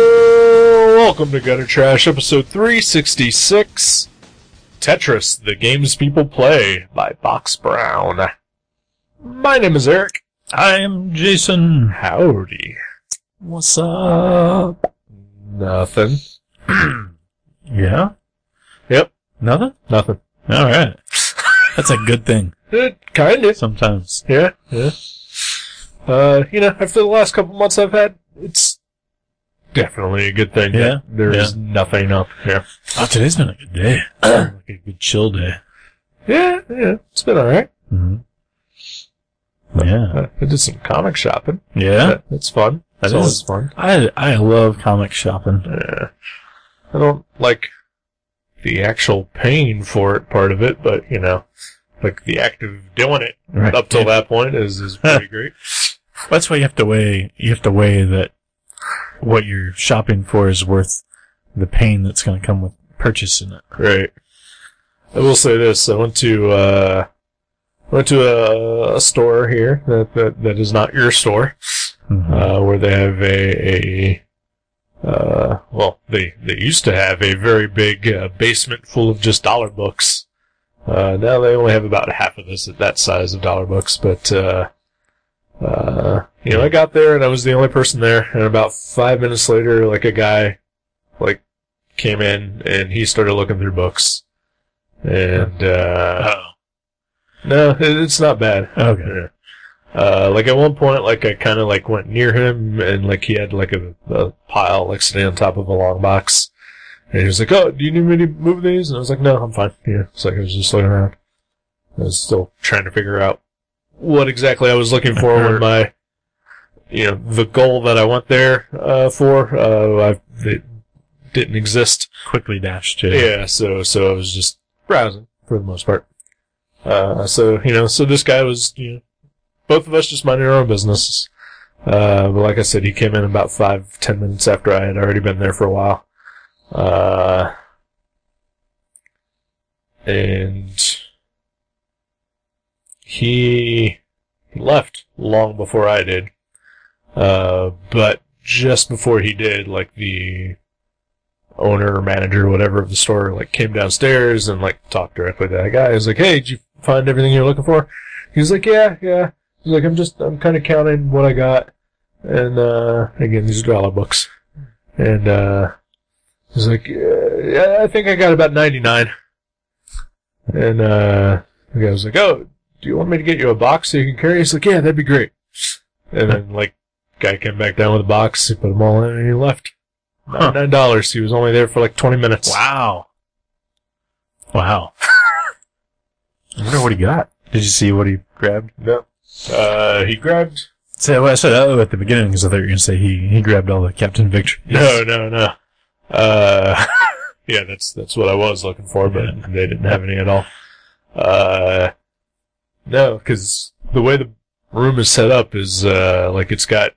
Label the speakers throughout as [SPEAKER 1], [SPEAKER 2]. [SPEAKER 1] Welcome to Gutter Trash, episode 366 Tetris, the games people play by Box Brown. My name is Eric.
[SPEAKER 2] I'm Jason.
[SPEAKER 1] Howdy.
[SPEAKER 2] What's up?
[SPEAKER 1] Nothing.
[SPEAKER 2] Yeah?
[SPEAKER 1] Yep.
[SPEAKER 2] Nothing?
[SPEAKER 1] Nothing. Uh,
[SPEAKER 2] All right. That's a good thing
[SPEAKER 1] It kind of.
[SPEAKER 2] sometimes.
[SPEAKER 1] Yeah. Yeah. Uh, you know, after the last couple months I've had, it's definitely a good thing.
[SPEAKER 2] Yeah,
[SPEAKER 1] that There is nothing up here.
[SPEAKER 2] Oh, today's been a good day. like a good chill day.
[SPEAKER 1] Yeah. Yeah. It's been alright.
[SPEAKER 2] Mm-hmm. Yeah.
[SPEAKER 1] Uh, I did some comic shopping.
[SPEAKER 2] Yeah?
[SPEAKER 1] That- that's fun. That's
[SPEAKER 2] That is-
[SPEAKER 1] always fun.
[SPEAKER 2] I, I love comic shopping.
[SPEAKER 1] Yeah. I don't like the actual pain for it part of it, but you know, like the act of doing it
[SPEAKER 2] Right.
[SPEAKER 1] up till that point is is pretty great.
[SPEAKER 2] That's why you have to weigh, you have to weigh that what you're shopping for is worth the pain that's going to come with purchasing it.
[SPEAKER 1] Great. I will say this: I went to uh, went to a, a store here that, that that is not your store,
[SPEAKER 2] Mhm.
[SPEAKER 1] uh, where they have a a uh, well, they they used to have a very big uh, basement full of just dollar books. Uh, now they only have about half of this that size of dollar books, but uh, uh, you know, I got there and I was the only person there, and about five minutes later, like a guy, like came in and he started looking through books, and uh,
[SPEAKER 2] oh.
[SPEAKER 1] no, it, it's not bad.
[SPEAKER 2] Okay.
[SPEAKER 1] Yeah. Uh, like at one point, like I kind of like went near him, and like he had like a, a pile like sitting on top of a long box, and he was like, "Oh, do you need me to move these?" And I was like, "No, I'm fine." Yeah, it's like I was just looking around. I was still trying to figure out what exactly I was looking for when my, you know, the goal that I went there uh, for, uh, I, it didn't exist.
[SPEAKER 2] Quickly dashed it.
[SPEAKER 1] Yeah, so so I was just browsing for the most part. Uh, so you know, so this guy was you know, both of us just minding our own businesses. Uh, but like I said, he came in about five ten minutes after I had already been there for a while. Uh, and he left long before I did. Uh, but just before he did, like the owner or manager or whatever of the store like came downstairs and like talked directly to that guy. He was like, Hey, did you find everything you're looking for? He was like, Yeah, yeah. He's like, I'm just I'm kinda counting what I got and uh again these are dollar books. And uh he's like, "Yeah, Yeah, I think I got about ninety nine. And uh the guy was like, Oh, do you want me to get you a box so you can carry? He's like, Yeah, that'd be great. And then like guy came back down with a box, he put them all in and he left.
[SPEAKER 2] Huh.
[SPEAKER 1] Nine dollars. He was only there for like twenty minutes.
[SPEAKER 2] Wow. Wow. I wonder what he got. Did you see what he grabbed?
[SPEAKER 1] No. Uh, he grabbed.
[SPEAKER 2] So what I said oh at the beginning because I thought you were going to say he, he grabbed all the Captain Victory.
[SPEAKER 1] No, no, no. Uh, yeah, that's that's what I was looking for, but
[SPEAKER 2] Yeah.
[SPEAKER 1] they didn't have any at all. Uh, no, because the way the room is set up is uh, like it's got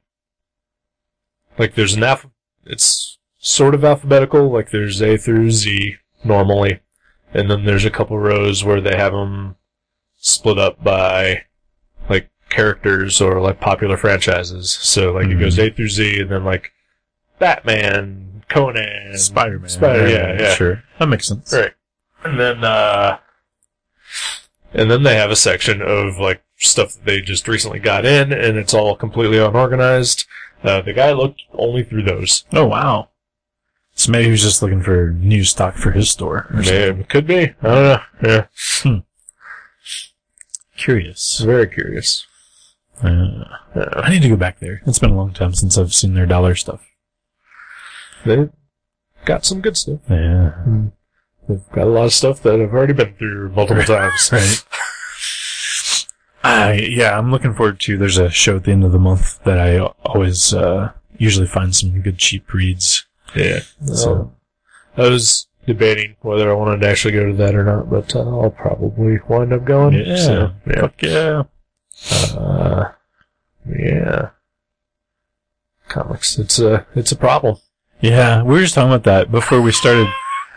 [SPEAKER 1] like there's an alpha. It's sort of alphabetical. Like there's A through Z normally, and then there's a couple rows where they have them split up by like characters or like popular franchises. So like it
[SPEAKER 2] Mhm.
[SPEAKER 1] goes A through Z, and then like Batman, Conan,
[SPEAKER 2] Spider-Man.
[SPEAKER 1] Spider, yeah, yeah,
[SPEAKER 2] Sure. That makes sense.
[SPEAKER 1] right. And then, uh, and then they have a section of like stuff that they just recently got in, and it's all completely unorganized. Uh, the guy looked only through those.
[SPEAKER 2] Oh, wow. So maybe he was just looking for new stock for his store. or something.
[SPEAKER 1] Maybe, could be. I don't know. Yeah,
[SPEAKER 2] Curious.
[SPEAKER 1] very curious.
[SPEAKER 2] Uh, I need to go back there. It's been a long time since I've seen their dollar stuff.
[SPEAKER 1] They got some good stuff.
[SPEAKER 2] Yeah.
[SPEAKER 1] They've got a lot of stuff that I've already been through multiple times.
[SPEAKER 2] Right. I yeah, I'm looking forward to. There's a show at the end of the month that I always uh, usually find some good cheap reads.
[SPEAKER 1] Yeah. So
[SPEAKER 2] So
[SPEAKER 1] I was debating whether I wanted to actually go to that or not, but uh, I'll probably wind up going.
[SPEAKER 2] yeah,
[SPEAKER 1] So, yeah.
[SPEAKER 2] fuck yeah.
[SPEAKER 1] Uh, yeah. Comics. It's a it's a problem.
[SPEAKER 2] Yeah, we were just talking about that before we started.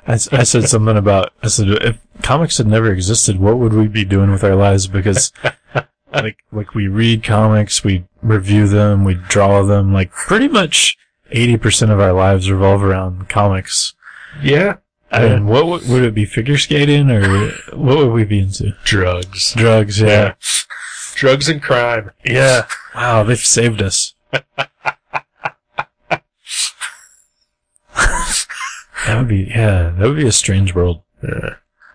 [SPEAKER 2] I, s- I said something about I said if comics had never existed, what would we be doing with our lives? Because I think like we read comics, we review them, we draw them. Like pretty much eighty percent of our lives revolve around comics.
[SPEAKER 1] Yeah.
[SPEAKER 2] And what would, would it be? Figure skating or what would we be into?
[SPEAKER 1] Drugs.
[SPEAKER 2] Drugs. Yeah.
[SPEAKER 1] Drugs and crime.
[SPEAKER 2] Yeah. Wow, they've saved us. that would be yeah. That would be a strange world.
[SPEAKER 1] Yeah.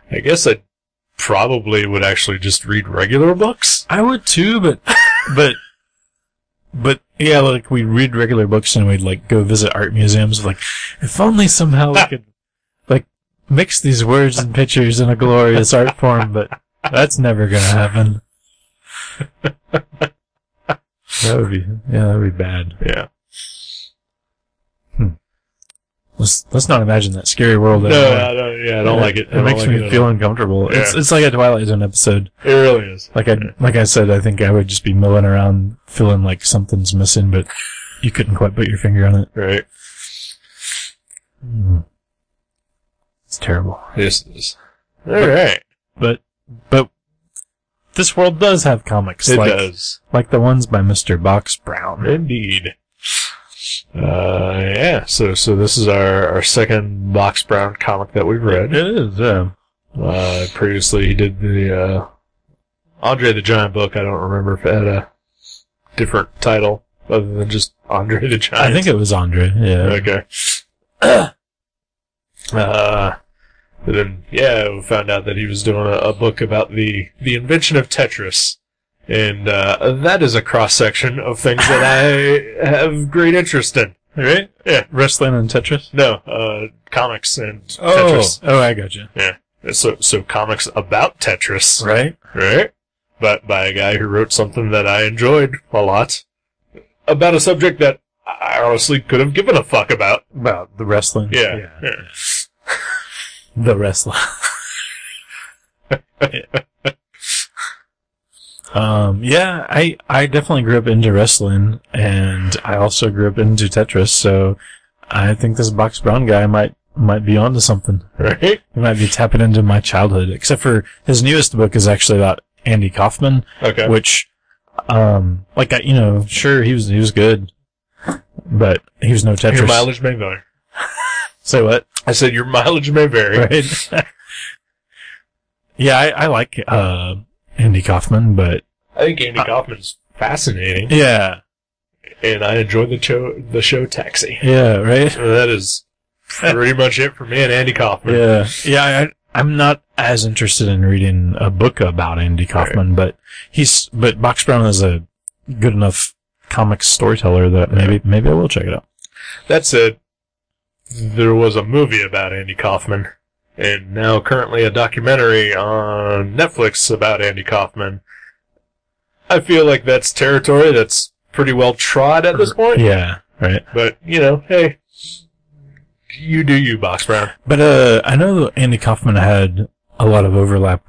[SPEAKER 1] I guess I probably would actually just read regular books.
[SPEAKER 2] I would too, but but but yeah, like we read regular books and we'd like go visit art museums. Like, if only somehow we could like mix these words and pictures in a glorious art form, but that's never gonna happen. That would be yeah, that would be bad.
[SPEAKER 1] Yeah.
[SPEAKER 2] Let's let's not imagine that scary world.
[SPEAKER 1] No,
[SPEAKER 2] anymore.
[SPEAKER 1] I don't, yeah, I don't like it.
[SPEAKER 2] It makes me feel uncomfortable. It's it's like a Twilight Zone episode.
[SPEAKER 1] It really is.
[SPEAKER 2] Like I like I said, I think I would just be milling around feeling like something's missing, but you couldn't quite put your finger on it.
[SPEAKER 1] Right.
[SPEAKER 2] Mm. It's terrible.
[SPEAKER 1] This is. All right.
[SPEAKER 2] But but this world does have comics.
[SPEAKER 1] It
[SPEAKER 2] like,
[SPEAKER 1] does.
[SPEAKER 2] Like the ones by Mister Box Brown.
[SPEAKER 1] Indeed. Uh, yeah. So, so this is our, our second Box Brown comic that we've read.
[SPEAKER 2] is. Yeah.
[SPEAKER 1] Uh, previously he did the, uh, Andre the Giant book. I don't remember if it had a different title other than just Andre the Giant.
[SPEAKER 2] I think it was Andre. Yeah.
[SPEAKER 1] Okay. uh, but then, yeah, we found out that he was doing a, a book about the, the invention of Tetris. And, uh, that is a cross section of things that I have great interest in.
[SPEAKER 2] Right.
[SPEAKER 1] Yeah.
[SPEAKER 2] Wrestling and Tetris.
[SPEAKER 1] No, uh, comics and Tetris.
[SPEAKER 2] Oh, I got you.
[SPEAKER 1] So, so comics about Tetris,
[SPEAKER 2] Right.
[SPEAKER 1] right? But by a guy who wrote something that I enjoyed a lot about a subject that I honestly could have given a fuck about.
[SPEAKER 2] About the wrestling.
[SPEAKER 1] Yeah. yeah.
[SPEAKER 2] The wrestler. um, yeah, I, I definitely grew up into wrestling and I also grew up into Tetris. So I think this Box Brown guy might, might be onto something.
[SPEAKER 1] Right?
[SPEAKER 2] He might be tapping into my childhood, except for his newest book is actually about Andy Kaufman,
[SPEAKER 1] Okay.
[SPEAKER 2] which, um, like I, you know, sure, he was, he was good, but he was no
[SPEAKER 1] Your
[SPEAKER 2] Tetris.
[SPEAKER 1] mileage may vary.
[SPEAKER 2] Say what?
[SPEAKER 1] I said your mileage may vary.
[SPEAKER 2] right? yeah, I, I like uh, Andy Kaufman, but
[SPEAKER 1] I think Andy
[SPEAKER 2] Uh,
[SPEAKER 1] Kaufman's fascinating,
[SPEAKER 2] yeah,
[SPEAKER 1] and I enjoy the show. The show Taxi.
[SPEAKER 2] yeah, right,
[SPEAKER 1] That is pretty much it for me and Andy Kaufman.
[SPEAKER 2] yeah, yeah. I, I'm not as interested in reading a book about Andy Kaufman, but he's but Box Brown is a good enough comic storyteller that maybe maybe I will check it out.
[SPEAKER 1] That said, there was a movie about Andy Kaufman, and now currently a documentary on Netflix about Andy Kaufman. I feel like that's territory that's pretty well trod at this point.
[SPEAKER 2] Yeah, right.
[SPEAKER 1] But you know, hey, you do you, Box Brown.
[SPEAKER 2] But uh, I know Andy Kaufman had a lot of overlap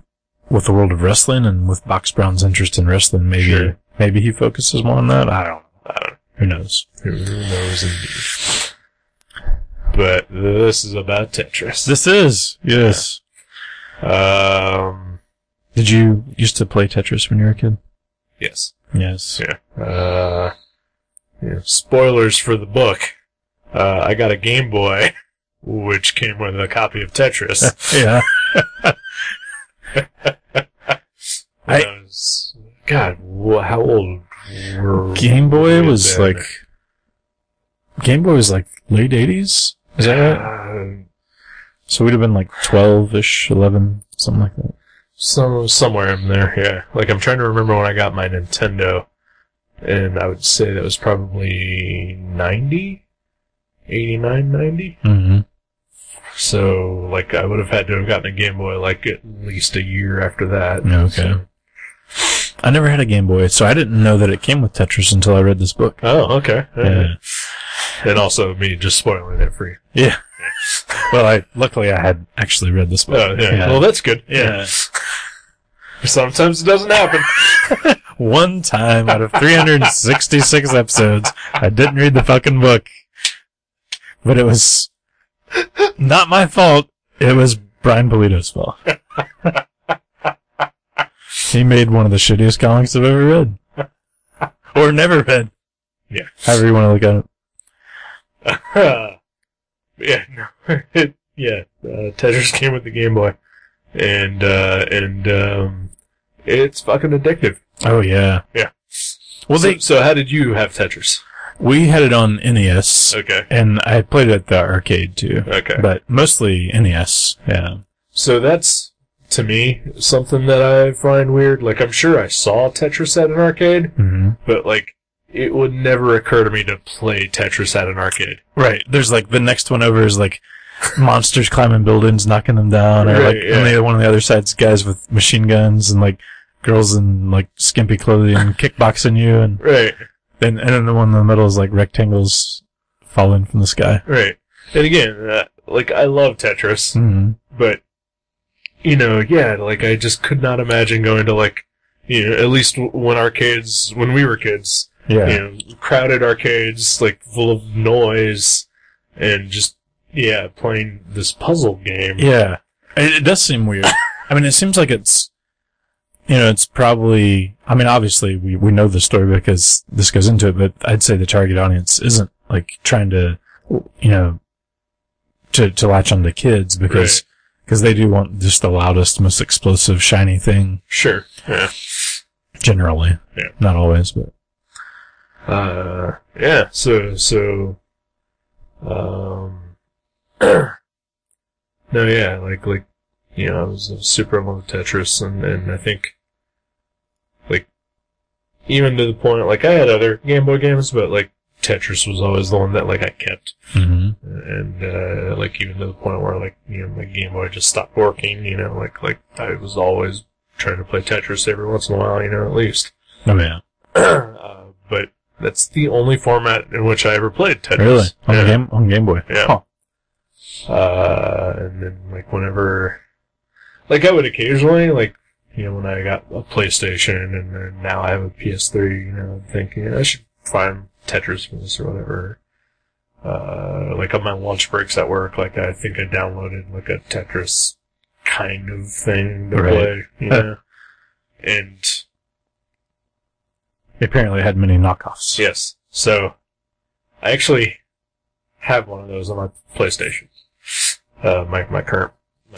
[SPEAKER 2] with the world of wrestling and with Box Brown's interest in wrestling. Maybe
[SPEAKER 1] Sure.
[SPEAKER 2] maybe he focuses more on that. I don't. I don't. Who knows?
[SPEAKER 1] Who knows indeed. But this is about Tetris.
[SPEAKER 2] This is yes.
[SPEAKER 1] Um,
[SPEAKER 2] Did you used to play Tetris when you were a kid?
[SPEAKER 1] yes.
[SPEAKER 2] Yes.
[SPEAKER 1] Uh, yeah, spoilers for the book. Uh, I got a Game Boy, which came with a copy of Tetris.
[SPEAKER 2] Yeah.
[SPEAKER 1] When
[SPEAKER 2] I-
[SPEAKER 1] was- God, wh- how old were
[SPEAKER 2] Game Boy
[SPEAKER 1] we
[SPEAKER 2] was
[SPEAKER 1] then?
[SPEAKER 2] like Game Boy was like late eighties. Is that right?
[SPEAKER 1] Uh,
[SPEAKER 2] So we'd have been like twelve ish, eleven, something like that.
[SPEAKER 1] Some somewhere in there, yeah. Like I'm trying to remember when I got my Nintendo, and I would say that was probably 90, 89, 90.
[SPEAKER 2] Mm-hmm.
[SPEAKER 1] So like I would have had to have gotten a Game Boy like at least a year after that.
[SPEAKER 2] Okay.
[SPEAKER 1] So-
[SPEAKER 2] I never had a Game Boy, so I didn't know that it came with Tetris until I read this book.
[SPEAKER 1] Oh, okay.
[SPEAKER 2] Yeah.
[SPEAKER 1] And also me just spoiling it for you.
[SPEAKER 2] Yeah. well, I luckily I had actually read this book.
[SPEAKER 1] Oh, yeah. Well, that's good.
[SPEAKER 2] Yeah.
[SPEAKER 1] Sometimes it doesn't happen.
[SPEAKER 2] One time out of 366 episodes, I didn't read the fucking book. But it was not my fault. It was Brian Polito's fault. He made one of the shittiest comics I've ever read. or never read.
[SPEAKER 1] Yeah.
[SPEAKER 2] However you want to look at it.
[SPEAKER 1] Uh, yeah, no, it, yeah. Uh, Tetris came with the Game Boy, and uh, and um, it's fucking addictive.
[SPEAKER 2] Oh, yeah.
[SPEAKER 1] Well, so, so how did you have Tetris?
[SPEAKER 2] We had it on NES,
[SPEAKER 1] Okay,
[SPEAKER 2] and I had played it at the arcade too.
[SPEAKER 1] okay.
[SPEAKER 2] But mostly NES, yeah.
[SPEAKER 1] So that's to me something that I find weird. Like I'm sure I saw Tetris at an arcade,
[SPEAKER 2] Mm-hmm.
[SPEAKER 1] but like it would never occur to me to play Tetris at an arcade.
[SPEAKER 2] Right. There's like the next one over is like monsters climbing buildings, knocking them down, or like
[SPEAKER 1] Right, yeah.
[SPEAKER 2] on the one on the other side's guys with machine guns and like girls in like skimpy clothing kickboxing you, and
[SPEAKER 1] Right,
[SPEAKER 2] then and then the one in the middle is like rectangles falling from the sky.
[SPEAKER 1] right. And again, uh, like I love Tetris.
[SPEAKER 2] Mm-hmm.
[SPEAKER 1] but you know, yeah, like I just could not imagine going to like you know, at least w- when arcades when we were kids,
[SPEAKER 2] Yeah.
[SPEAKER 1] you know, crowded arcades like full of noise and just yeah, playing this puzzle game.
[SPEAKER 2] Yeah, it, it does seem weird. I mean, it seems like it's, you know, it's probably. I mean, obviously, we we know the story because this goes into it, but I'd say the target audience isn't like trying to, you know, to to latch on to kids because because they do want just the loudest, most explosive, shiny thing
[SPEAKER 1] Sure. Yeah.
[SPEAKER 2] generally.
[SPEAKER 1] Yeah.
[SPEAKER 2] Not always, but
[SPEAKER 1] Uh, yeah. So so, um, no, yeah, like like you know, I was super in love with Tetris, and and I think like even to the point like I had other Game Boy games, but like Tetris was always the one that like I kept,
[SPEAKER 2] hmm
[SPEAKER 1] and uh, like even to the point where like you know my Game Boy just stopped working, you know, like like I was always trying to play Tetris every once in a while, you know, at least
[SPEAKER 2] oh yeah,
[SPEAKER 1] uh, but that's the only format in which I ever played Tetris.
[SPEAKER 2] really on
[SPEAKER 1] Yeah.
[SPEAKER 2] the game on Game Boy.
[SPEAKER 1] Yeah.
[SPEAKER 2] Huh.
[SPEAKER 1] Uh, and then like whenever, like I would occasionally like you know when I got a PlayStation and then now I have a PS3, you know, I'm thinking I should find Tetris for this or whatever. Uh, like on my lunch breaks at work, like I think I downloaded like a Tetris kind of thing to
[SPEAKER 2] Right.
[SPEAKER 1] play, you know, and
[SPEAKER 2] They apparently had many knockoffs.
[SPEAKER 1] Yes. So, I actually have one of those on my PlayStation. Uh, my, my current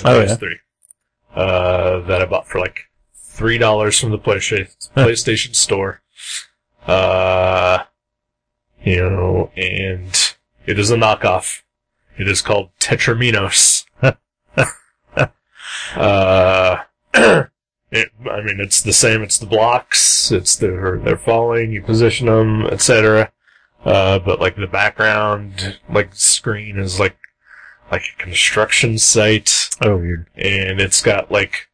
[SPEAKER 1] my
[SPEAKER 2] Oh,
[SPEAKER 1] PS3. Uh, that I bought for like three dollars from the PlayStation
[SPEAKER 2] Huh.
[SPEAKER 1] PlayStation store. Uh, you know, and it is a knockoff. It is called Tetraminos. uh, it, I mean, it's the same. It's the blocks. It's their they're falling. You position them, etc. Uh, but like the background, like screen is like like a construction site,
[SPEAKER 2] Oh weird.
[SPEAKER 1] and it's got like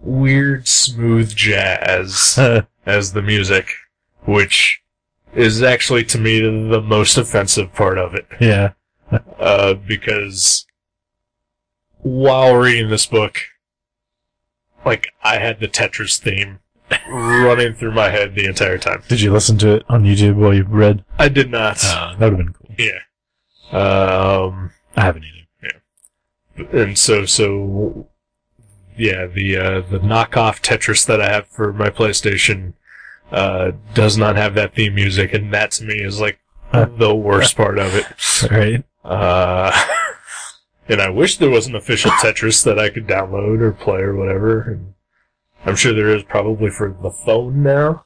[SPEAKER 1] weird smooth jazz as the music, which is actually to me the most offensive part of it.
[SPEAKER 2] yeah.
[SPEAKER 1] Uh, because while reading this book, like I had the Tetris theme running through my head the entire time.
[SPEAKER 2] Did you listen to it on YouTube while you read?
[SPEAKER 1] I did not.
[SPEAKER 2] Uh, that would have been cool.
[SPEAKER 1] Yeah. Um,
[SPEAKER 2] I haven't either.
[SPEAKER 1] and so so yeah the uh, the knockoff Tetris that I have for my PlayStation uh, does not have that theme music, and that to me is like the worst part of it.
[SPEAKER 2] Right.
[SPEAKER 1] Uh, and I wish there was an official Tetris that I could download or play or whatever. And I'm sure there is probably for the phone now.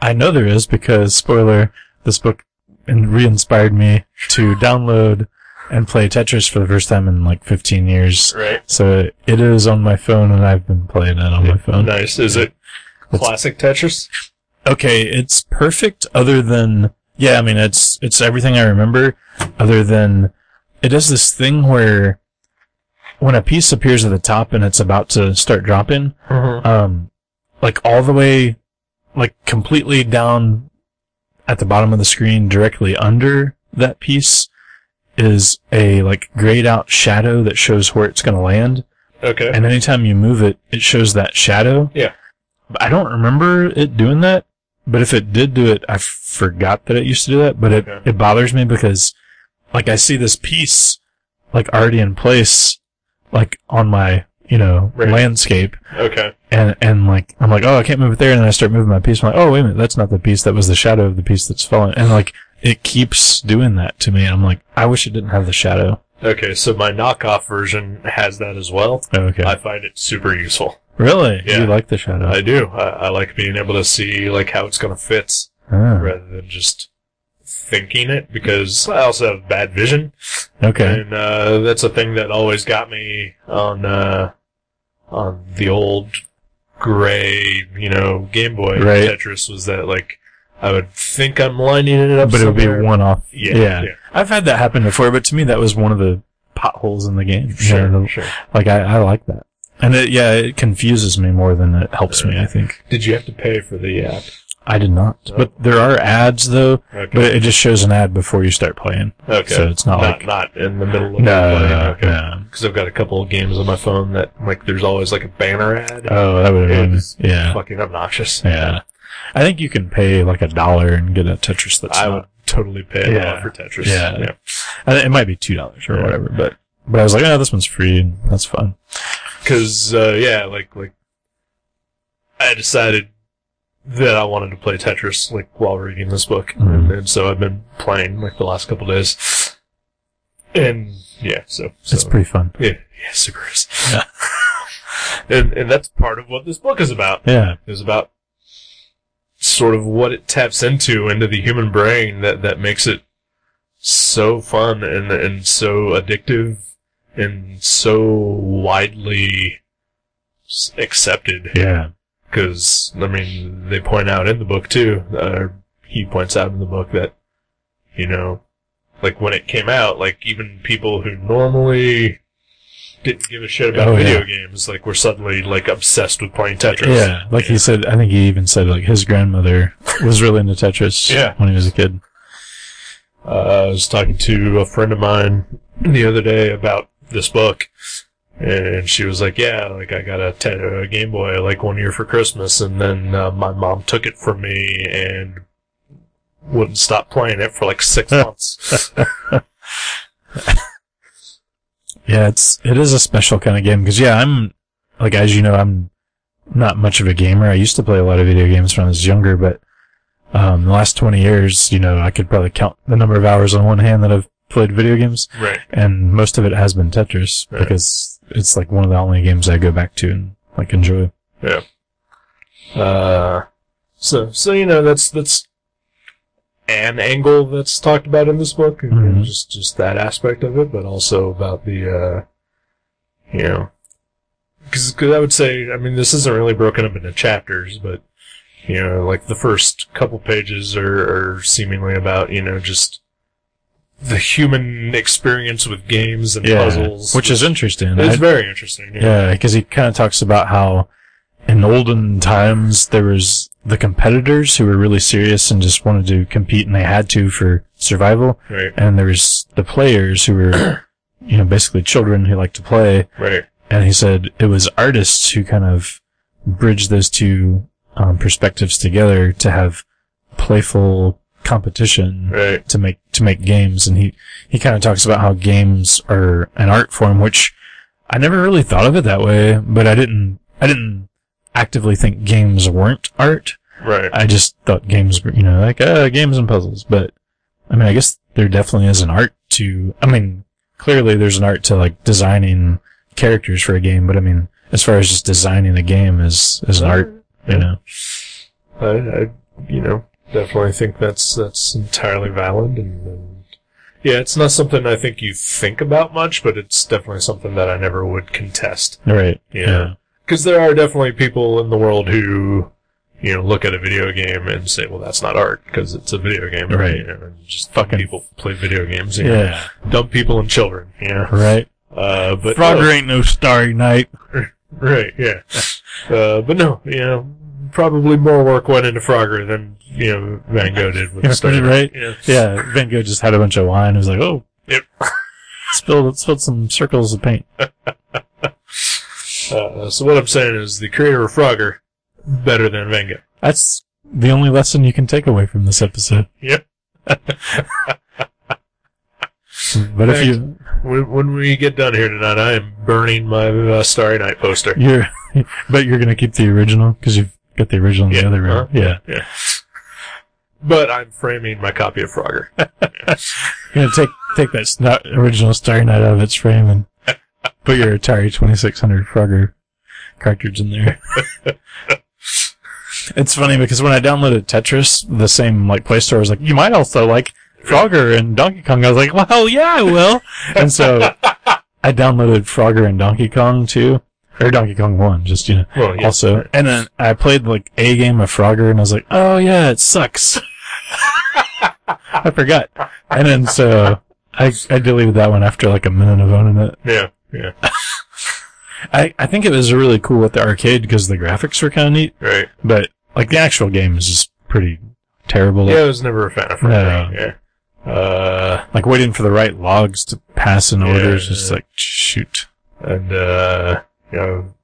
[SPEAKER 2] I know there is because spoiler, this book in- re-inspired me to download and play Tetris for the first time in like 15 years.
[SPEAKER 1] Right.
[SPEAKER 2] So it is on my phone, and I've been playing it on my phone.
[SPEAKER 1] Nice. Is it classic Tetris?
[SPEAKER 2] Okay, it's perfect. Other than yeah, I mean it's it's everything I remember. Other than it does this thing where when a piece appears at the top and it's about to start dropping, um, like all the way, like completely down at the bottom of the screen, directly under that piece is a like grayed out shadow that shows where it's going to land.
[SPEAKER 1] Okay.
[SPEAKER 2] And anytime you move it, it shows that shadow.
[SPEAKER 1] Yeah.
[SPEAKER 2] But I don't remember it doing that, but if it did do it, I forgot that it used to do that, but it,
[SPEAKER 1] Okay.
[SPEAKER 2] it bothers me because like I see this piece like already in place, like on my, you know,
[SPEAKER 1] Right.
[SPEAKER 2] landscape.
[SPEAKER 1] Okay.
[SPEAKER 2] And, and like, I'm like, oh, I can't move it there. And then I start moving my piece. I'm like, oh, wait a minute. That's not the piece. That was the shadow of the piece that's fallen. And like, it keeps doing that to me. And I'm like, I wish it didn't have the shadow.
[SPEAKER 1] Okay, so my knockoff version has that as well.
[SPEAKER 2] Okay.
[SPEAKER 1] I find it super useful.
[SPEAKER 2] really?
[SPEAKER 1] Oh, Yeah.
[SPEAKER 2] You like the shadow?
[SPEAKER 1] I do. I, I like being able to see like how it's gonna fit
[SPEAKER 2] Ah,
[SPEAKER 1] rather than just thinking it because I also have bad vision.
[SPEAKER 2] Okay.
[SPEAKER 1] And uh, that's a thing that always got me on uh, on the old gray, you know, Game Boy
[SPEAKER 2] Right.
[SPEAKER 1] Tetris was that like I would think I'm lining it up,
[SPEAKER 2] But it would be
[SPEAKER 1] somewhere.
[SPEAKER 2] one off.
[SPEAKER 1] Yeah,
[SPEAKER 2] yeah.
[SPEAKER 1] yeah,
[SPEAKER 2] I've had that happen before, but to me, that was one of the potholes in the game. You
[SPEAKER 1] sure,
[SPEAKER 2] know,
[SPEAKER 1] sure.
[SPEAKER 2] like I, I like that, and it, yeah, it confuses me more than it helps me. I think
[SPEAKER 1] Did you have to pay for the app?
[SPEAKER 2] I did not,
[SPEAKER 1] Oh.
[SPEAKER 2] but there are ads though.
[SPEAKER 1] Okay,
[SPEAKER 2] But it just shows an ad before you start playing,
[SPEAKER 1] okay,
[SPEAKER 2] so it's
[SPEAKER 1] not
[SPEAKER 2] not, like
[SPEAKER 1] not in the middle of
[SPEAKER 2] no,
[SPEAKER 1] the
[SPEAKER 2] no,
[SPEAKER 1] okay.
[SPEAKER 2] no.
[SPEAKER 1] Because I've got a couple of games on my phone that like there's always like a banner ad.
[SPEAKER 2] Oh, that would have been
[SPEAKER 1] It's
[SPEAKER 2] yeah,
[SPEAKER 1] fucking obnoxious.
[SPEAKER 2] yeah. I think you can pay like a dollar and get a Tetris that's
[SPEAKER 1] I
[SPEAKER 2] not-
[SPEAKER 1] would totally pay
[SPEAKER 2] Yeah.
[SPEAKER 1] yeah. for Tetris.
[SPEAKER 2] Yeah. I think it might be two dollars or
[SPEAKER 1] Yeah.
[SPEAKER 2] whatever, but but I was like, oh, this one's free and that's fun.
[SPEAKER 1] Cause, uh, yeah, like, like, I decided that I wanted to play Tetris, like, while reading this book.
[SPEAKER 2] Mhm.
[SPEAKER 1] And, and so I've been playing, like, the last couple days. And, yeah, so. so
[SPEAKER 2] it's pretty fun.
[SPEAKER 1] Yeah, yeah, super is.
[SPEAKER 2] Yeah.
[SPEAKER 1] and, and that's part of what this book is about.
[SPEAKER 2] Yeah,
[SPEAKER 1] Is about sort of what it taps into, into the human brain that, that makes it so fun and, and so addictive and so widely s- accepted.
[SPEAKER 2] yeah,
[SPEAKER 1] Because, I mean, they point out in the book too, uh, he points out in the book that, you know, like when it came out, like even people who normally didn't give a shit about
[SPEAKER 2] Oh,
[SPEAKER 1] video
[SPEAKER 2] yeah.
[SPEAKER 1] games, like were suddenly like obsessed with playing Tetris.
[SPEAKER 2] yeah. Like he said, I think he even said like his grandmother was really into Tetris.
[SPEAKER 1] Yeah.
[SPEAKER 2] when he was a kid.
[SPEAKER 1] Uh, I was talking to a friend of mine the other day about this book, and she was like, "Yeah, like I got a, te- a Game Boy like one year for Christmas, and then uh, my mom took it from me and wouldn't stop playing it for like six months."
[SPEAKER 2] Yeah, it's it is a special kind of game because yeah, I'm like as you know, I'm not much of a gamer. I used to play a lot of video games when I was younger, but um, the last twenty years, you know, I could probably count the number of hours on one hand that I've played video games,
[SPEAKER 1] right.
[SPEAKER 2] and most of it has been Tetris
[SPEAKER 1] Right.
[SPEAKER 2] because it's like one of the only games I go back to and like enjoy.
[SPEAKER 1] Uh, so so you know that's that's an angle that's talked about in this book, and
[SPEAKER 2] Mhm.
[SPEAKER 1] just just that aspect of it, but also about the uh, you know, because I would say I mean this isn't really broken up into chapters, but you know like the first couple pages are, are seemingly about you know just the human experience with games and
[SPEAKER 2] Yeah,
[SPEAKER 1] puzzles,
[SPEAKER 2] which is interesting.
[SPEAKER 1] it's
[SPEAKER 2] I-
[SPEAKER 1] very interesting. yeah.
[SPEAKER 2] Yeah, because he kind of talks about how in olden times there was the competitors who were really serious and just wanted to compete and they had to for survival,
[SPEAKER 1] Right,
[SPEAKER 2] and there was the players who were, you know, basically children who liked to play.
[SPEAKER 1] right,
[SPEAKER 2] And he said it was artists who kind of bridged those two um, perspectives together to have playful competition
[SPEAKER 1] right,
[SPEAKER 2] to make to make games and he he kind of talks about how games are an art form which I never really thought of it that way but I didn't I didn't actively think games weren't art
[SPEAKER 1] right.
[SPEAKER 2] I just thought games were you know like uh games and puzzles but I mean I guess there definitely is an art to I mean clearly there's an art to like designing characters for a game but I mean as far as just designing a game is is an art you know
[SPEAKER 1] I, I you know, definitely think that's that's entirely valid, and, and yeah, it's not something I think you think about much, but it's definitely something that I never would contest.
[SPEAKER 2] right
[SPEAKER 1] Yeah. Because there are definitely people in the world who, you know, look at a video game and say, "Well, that's not art because it's a video game."
[SPEAKER 2] Right.
[SPEAKER 1] You know, and just fucking people play video games. You know,
[SPEAKER 2] yeah
[SPEAKER 1] Dumb people and children. You know.
[SPEAKER 2] right
[SPEAKER 1] Uh, but
[SPEAKER 2] Frogger ain't no starry night
[SPEAKER 1] Right, yeah. uh, but no, you know, probably more work went into Frogger than, you know, Van Gogh did with
[SPEAKER 2] Yeah,
[SPEAKER 1] the Starry Night,
[SPEAKER 2] right.
[SPEAKER 1] you know.
[SPEAKER 2] Yeah, Van Gogh just had a bunch of wine. He was like, "Oh,
[SPEAKER 1] Yep.
[SPEAKER 2] spilled spilled some circles of paint."
[SPEAKER 1] Uh, so what I'm saying is the creator of Frogger, better than Van Gogh.
[SPEAKER 2] That's the only lesson you can take away from this episode.
[SPEAKER 1] Yep.
[SPEAKER 2] But if you
[SPEAKER 1] when, when we get done here tonight, I am burning my uh, Starry Night poster.
[SPEAKER 2] You're, but you're gonna keep the original because you've got the original in
[SPEAKER 1] Yeah,
[SPEAKER 2] the other room.
[SPEAKER 1] huh?
[SPEAKER 2] Yeah,
[SPEAKER 1] Yeah. But I'm framing my copy of Frogger.
[SPEAKER 2] you're gonna take take that sno- original Starry Night out of its frame and put your Atari 2600 Frogger cartridge in there. it's funny because when I downloaded Tetris, the same like Play Store was like, you might also like Frogger and Donkey Kong. I was like, well, yeah, I will. and so I downloaded Frogger and Donkey Kong too, or Donkey Kong One, just you know.
[SPEAKER 1] Well, yeah.
[SPEAKER 2] also. And then I played like a game of Frogger, and I was like, oh yeah, it sucks. I forgot. And then so I I deleted that one after like a minute of owning it.
[SPEAKER 1] Yeah, yeah,
[SPEAKER 2] I I think it was really cool at the arcade because the graphics were kind of neat,
[SPEAKER 1] right.
[SPEAKER 2] but like the actual game is just pretty terrible.
[SPEAKER 1] Yeah, I was never a fan of Frogger. Yeah. Uh,
[SPEAKER 2] Like waiting for the right logs to pass in order is just
[SPEAKER 1] Yeah.
[SPEAKER 2] like shoot.
[SPEAKER 1] and, uh, you know,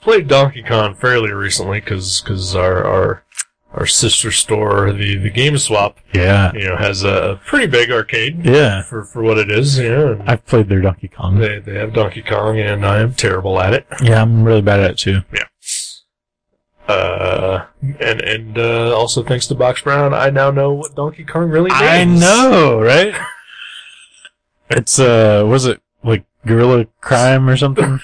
[SPEAKER 1] played Donkey Kong fairly recently because our, our, our sister store, the, the Game Swap,
[SPEAKER 2] Yeah,
[SPEAKER 1] you know, has a pretty big arcade
[SPEAKER 2] yeah.
[SPEAKER 1] for, for what it is, you know. and
[SPEAKER 2] I've played their Donkey Kong.
[SPEAKER 1] They, they have Donkey Kong, and I am terrible at it.
[SPEAKER 2] Yeah, I'm really bad at it too.
[SPEAKER 1] Uh, and and uh, also thanks to Box Brown, I now know what Donkey Kong really means.
[SPEAKER 2] I know, right? it's uh, was it like Gorilla Crime or something?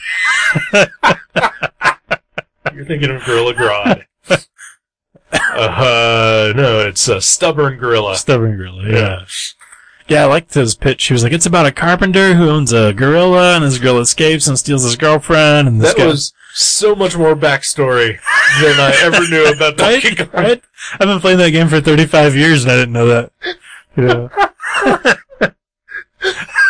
[SPEAKER 1] You're thinking of Gorilla Grodd. uh, no, it's a stubborn gorilla.
[SPEAKER 2] Stubborn Gorilla. Yeah. Yeah, I liked his pitch. He was like, "It's about a carpenter who owns a gorilla, and his gorilla escapes and steals his girlfriend." And this
[SPEAKER 1] that
[SPEAKER 2] guy,
[SPEAKER 1] was so much more backstory than I ever knew about
[SPEAKER 2] right,
[SPEAKER 1] Donkey Kong.
[SPEAKER 2] right? I've been playing that game for 35 years, and I didn't know that. Yeah,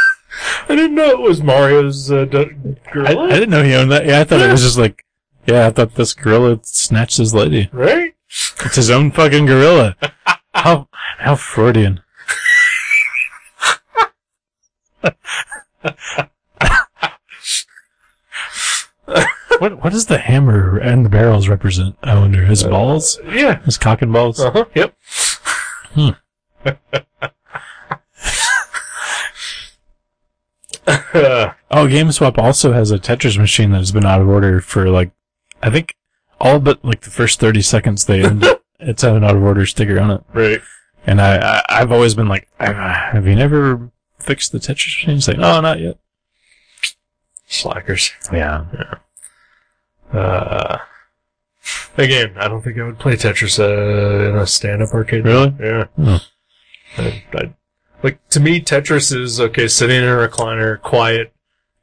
[SPEAKER 1] I didn't know it was Mario's uh, do-
[SPEAKER 2] I,
[SPEAKER 1] gorilla,
[SPEAKER 2] I didn't know he owned that. Yeah, I thought it was just like, yeah, I thought this gorilla snatched his lady.
[SPEAKER 1] right?
[SPEAKER 2] It's his own fucking gorilla. How how Freudian. What what does the hammer and the barrels represent? I wonder. His balls,
[SPEAKER 1] Yeah.
[SPEAKER 2] his cock and balls.
[SPEAKER 1] Uh huh. Yep.
[SPEAKER 2] Hmm.
[SPEAKER 1] Uh,
[SPEAKER 2] Oh, GameSwap also has a Tetris machine that has been out of order for like, I think all but like the first thirty seconds. They owned it. it's had an out of order sticker on it,
[SPEAKER 1] right.
[SPEAKER 2] and I, I I've always been like, "Ah, have you never fixed the Tetris machine? It's like, no, not yet.
[SPEAKER 1] Slackers.
[SPEAKER 2] Yeah,
[SPEAKER 1] Uh, again, I don't think I would play Tetris uh, in a stand-up arcade.
[SPEAKER 2] really?
[SPEAKER 1] Yeah.
[SPEAKER 2] Hmm.
[SPEAKER 1] I, I, like to me, Tetris is okay. Sitting in a recliner, quiet.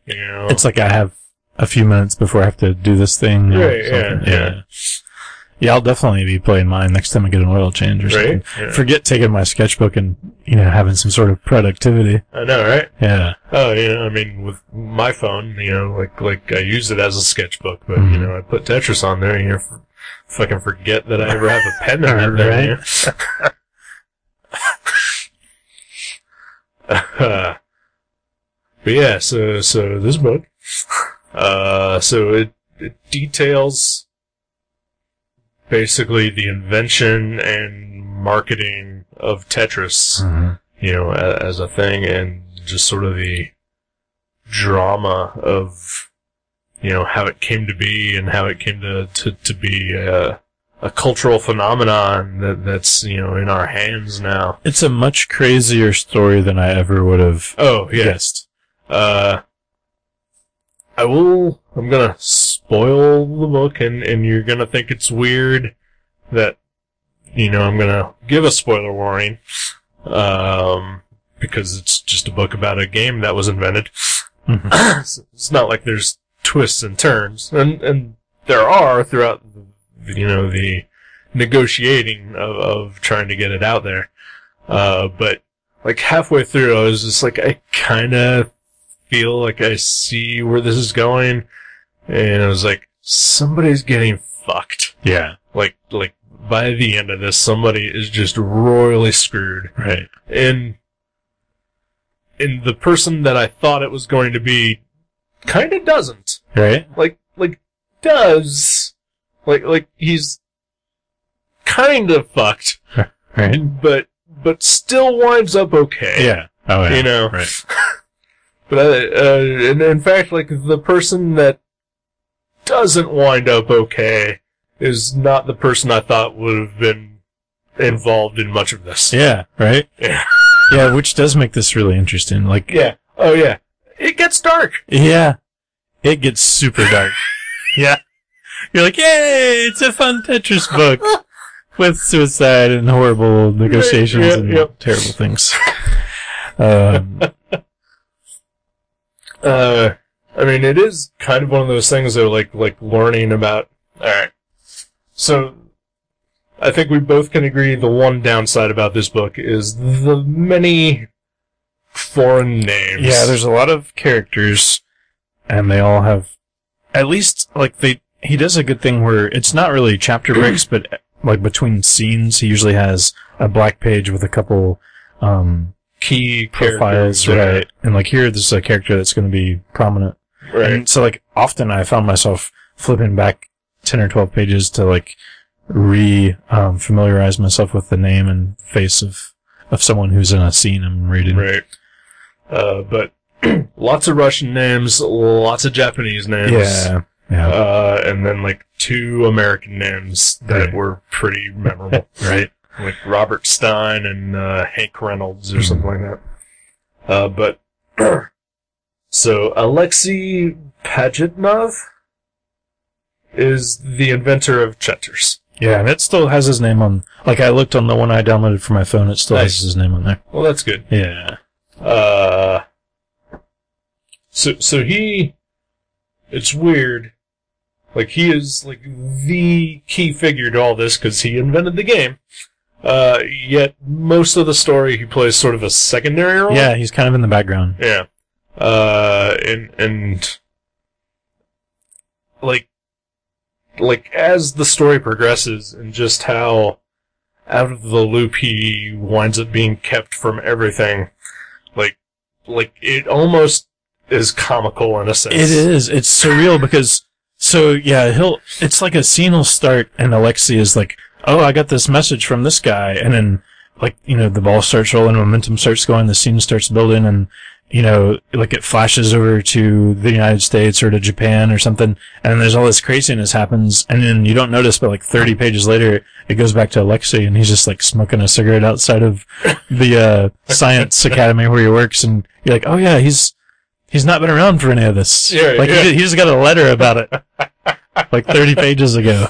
[SPEAKER 1] You know.
[SPEAKER 2] It's like I have a few minutes before I have to do this thing. or
[SPEAKER 1] Right, yeah,
[SPEAKER 2] something.
[SPEAKER 1] yeah.
[SPEAKER 2] yeah. Yeah, I'll definitely be playing mine next time I get an oil change or something.
[SPEAKER 1] right. Yeah.
[SPEAKER 2] Forget taking my sketchbook and you know having some sort of productivity.
[SPEAKER 1] I know, right?
[SPEAKER 2] Yeah,
[SPEAKER 1] Oh, you know, I mean, with my phone, you know, like like I use it as a sketchbook, but you
[SPEAKER 2] Mhm.
[SPEAKER 1] know, I put Tetris on there, and you know, f- fucking forget that I ever have a pen in that
[SPEAKER 2] Right.
[SPEAKER 1] there. you know? Uh, but yeah, so so this book, uh, so it it details basically the invention and marketing of Tetris you know, a- as a thing and just sort of the drama of, you know, how it came to be and how it came to, to, to be a, a cultural phenomenon that, that's, you know, in our hands now.
[SPEAKER 2] it's a much crazier story than I ever would have
[SPEAKER 1] Oh, yeah.
[SPEAKER 2] guessed.
[SPEAKER 1] Uh, I will, I'm gonna spoil the book and, and you're gonna think it's weird that, you know, I'm gonna give a spoiler warning, um, because it's just a book about a game that was invented.
[SPEAKER 2] Mhm.
[SPEAKER 1] it's it's not like there's twists and turns, and, and there are throughout, the, you know, the negotiating of, of trying to get it out there. Uh, but like halfway through, I was just like, I kind of feel like I see where this is going, and I was like, somebody's getting fucked.
[SPEAKER 2] Yeah,
[SPEAKER 1] Like, like by the end of this, somebody is just royally screwed,
[SPEAKER 2] right.
[SPEAKER 1] and and the person that I thought it was going to be, kind of doesn't.
[SPEAKER 2] Right?
[SPEAKER 1] Like, like does, like, like he's kind of fucked,
[SPEAKER 2] Right?
[SPEAKER 1] but but still winds up okay.
[SPEAKER 2] Yeah. Oh, yeah.
[SPEAKER 1] you know.
[SPEAKER 2] Right.
[SPEAKER 1] But uh, uh, and in fact, like the person that doesn't wind up okay is not the person I thought would have been involved in much of this.
[SPEAKER 2] Yeah, right?
[SPEAKER 1] Yeah.
[SPEAKER 2] Yeah, which does make this really interesting. Like,
[SPEAKER 1] Yeah. Oh yeah. It gets dark.
[SPEAKER 2] yeah, it gets super dark.
[SPEAKER 1] Yeah.
[SPEAKER 2] You're like, yay, it's a fun Tetris book with suicide and horrible negotiations
[SPEAKER 1] Yeah,
[SPEAKER 2] and
[SPEAKER 1] yep.
[SPEAKER 2] terrible things. Um,
[SPEAKER 1] Uh, I mean, it is kind of one of those things though, like like learning about. All right. So, I think we both can agree the one downside about this book is the many foreign names.
[SPEAKER 2] yeah, there's a lot of characters, and they all have, at least, like, they, he does a good thing where it's not really chapter breaks, but, like, between scenes, he usually has a black page with a couple, um,
[SPEAKER 1] key characters
[SPEAKER 2] profiles,
[SPEAKER 1] that are-
[SPEAKER 2] right? And, like, here, this is a character that's going to be prominent
[SPEAKER 1] Right.
[SPEAKER 2] And so, like, often I found myself flipping back 10 or 12 pages to, like, re um, familiarize myself with the name and face of, of someone who's in a scene I'm reading.
[SPEAKER 1] Right. Uh, but lots of Russian names, lots of Japanese names.
[SPEAKER 2] Yeah. Yeah.
[SPEAKER 1] Uh, and then like two American names that
[SPEAKER 2] Right.
[SPEAKER 1] were pretty memorable,
[SPEAKER 2] right.
[SPEAKER 1] like Robert Stein and uh, Hank Reynolds or something like that. Uh, but so Alexei Pajitnov is the inventor of chetters.
[SPEAKER 2] Yeah. And it still has his name on, like, I looked on the one I downloaded for my phone. It still
[SPEAKER 1] Nice.
[SPEAKER 2] has his name on there.
[SPEAKER 1] Well, that's good.
[SPEAKER 2] Yeah.
[SPEAKER 1] Uh, so so he, it's weird. Like he is like the key figure to all this because he invented the game. Uh, yet most of the story he plays sort of a secondary role.
[SPEAKER 2] Yeah. He's kind of in the background.
[SPEAKER 1] yeah. Uh, and and like like as the story progresses and just how out of the loop he winds up being kept from everything like like it almost is comical in a sense
[SPEAKER 2] It is. It's surreal because so yeah, he'll it's like a scene will start and Alexei is like, Oh, I got this message from this guy and then like, you know, the ball starts rolling, momentum starts going, the scene starts building and you know, like it flashes over to the United States or to Japan or something, and there's all this craziness happens, and then you don't notice, but like 30 pages later, it goes back to Alexei, and he's just like smoking a cigarette outside of the uh, science academy where he works, and you're like, oh yeah, he's he's not been around for any of this.
[SPEAKER 1] Yeah,
[SPEAKER 2] like
[SPEAKER 1] yeah.
[SPEAKER 2] He, he just got a letter about it like 30 pages ago.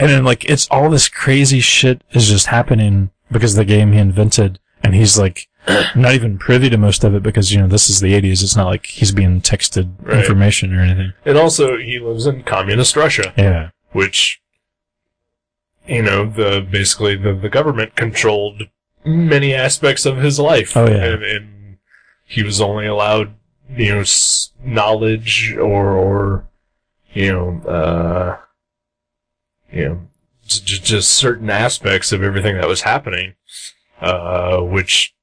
[SPEAKER 2] And then like it's all this crazy shit is just happening because of the game he invented and he's like not even privy to most of it because you know this is the 80s it's not like he's being texted
[SPEAKER 1] Right.
[SPEAKER 2] information or anything.
[SPEAKER 1] and also he lives in communist russia
[SPEAKER 2] Yeah.
[SPEAKER 1] which you know the basically the, the government controlled many aspects of his life
[SPEAKER 2] Oh, yeah.
[SPEAKER 1] and, and he was only allowed you know s- knowledge or or you know uh you know j- j- just certain aspects of everything that was happening uh which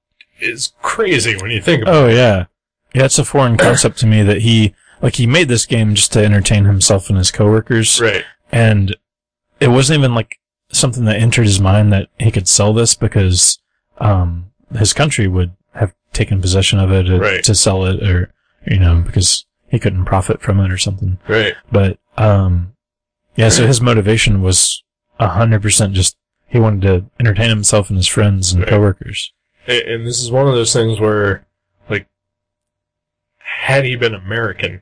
[SPEAKER 1] is crazy when you think about
[SPEAKER 2] Oh yeah. Yeah, it's a foreign concept to me that he like he made this game just to entertain himself and his coworkers
[SPEAKER 1] it right
[SPEAKER 2] and it wasn't even like something that entered his mind that he could sell this because um his country would have taken possession of it uh,
[SPEAKER 1] Right.
[SPEAKER 2] to sell it or you know because he couldn't profit from it or something
[SPEAKER 1] right
[SPEAKER 2] but um yeah so his motivation was 100% just he wanted to entertain himself and his friends and
[SPEAKER 1] Right.
[SPEAKER 2] coworkers
[SPEAKER 1] And, and this is one of those things where, like, had he been American,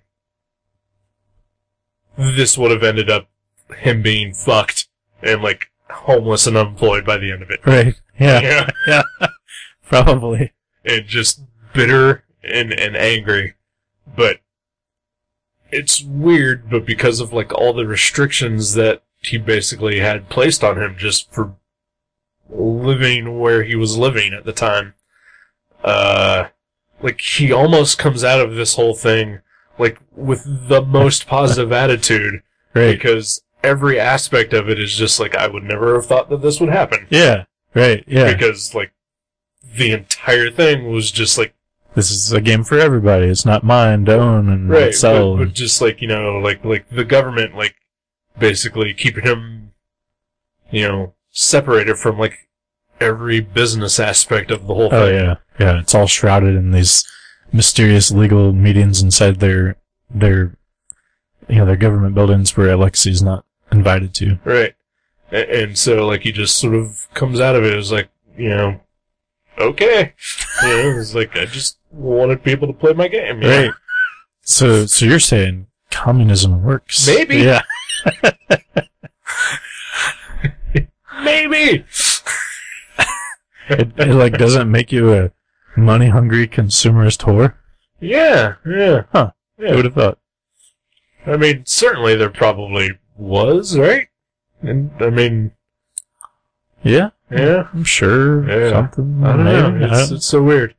[SPEAKER 1] this would have ended up him being fucked and, like, homeless and unemployed by the end of it.
[SPEAKER 2] right yeah,
[SPEAKER 1] Yeah.
[SPEAKER 2] probably
[SPEAKER 1] And just bitter and, and angry. But it's weird, but because of, like, all the restrictions that he basically had placed on him just for living where he was living at the time. Uh, like he almost comes out of this whole thing like with the most positive attitude
[SPEAKER 2] right
[SPEAKER 1] because every aspect of it is just like I would never have thought that this would happen
[SPEAKER 2] yeah right yeah
[SPEAKER 1] because like the entire thing was just like
[SPEAKER 2] this is a game for everybody it's not mine to own and
[SPEAKER 1] right
[SPEAKER 2] sell
[SPEAKER 1] but, but
[SPEAKER 2] and-
[SPEAKER 1] just like you know like like the government like basically keeping him you know separated from like every business aspect of the whole
[SPEAKER 2] Oh
[SPEAKER 1] thing
[SPEAKER 2] yeah, yeah. It's all shrouded in these mysterious legal meetings inside their their you know their government buildings where Alexi's not invited to.
[SPEAKER 1] Right. And, and so, like, he just sort of comes out of it as, like, you know, okay. You know, it's like, I just wanted people to play my game. you know?
[SPEAKER 2] Right. So so you're saying communism works?
[SPEAKER 1] Maybe.
[SPEAKER 2] Yeah.
[SPEAKER 1] Maybe!
[SPEAKER 2] It, it like doesn't make you a money hungry consumerist whore.
[SPEAKER 1] Yeah, yeah.
[SPEAKER 2] Huh.
[SPEAKER 1] Yeah.
[SPEAKER 2] I would have thought.
[SPEAKER 1] I mean, certainly there probably was, right? And, I mean,
[SPEAKER 2] Yeah.
[SPEAKER 1] yeah.
[SPEAKER 2] I'm sure
[SPEAKER 1] Yeah.
[SPEAKER 2] something.
[SPEAKER 1] I don't
[SPEAKER 2] maybe. uh-huh.
[SPEAKER 1] know.
[SPEAKER 2] I
[SPEAKER 1] It's,
[SPEAKER 2] don't-
[SPEAKER 1] it's so weird.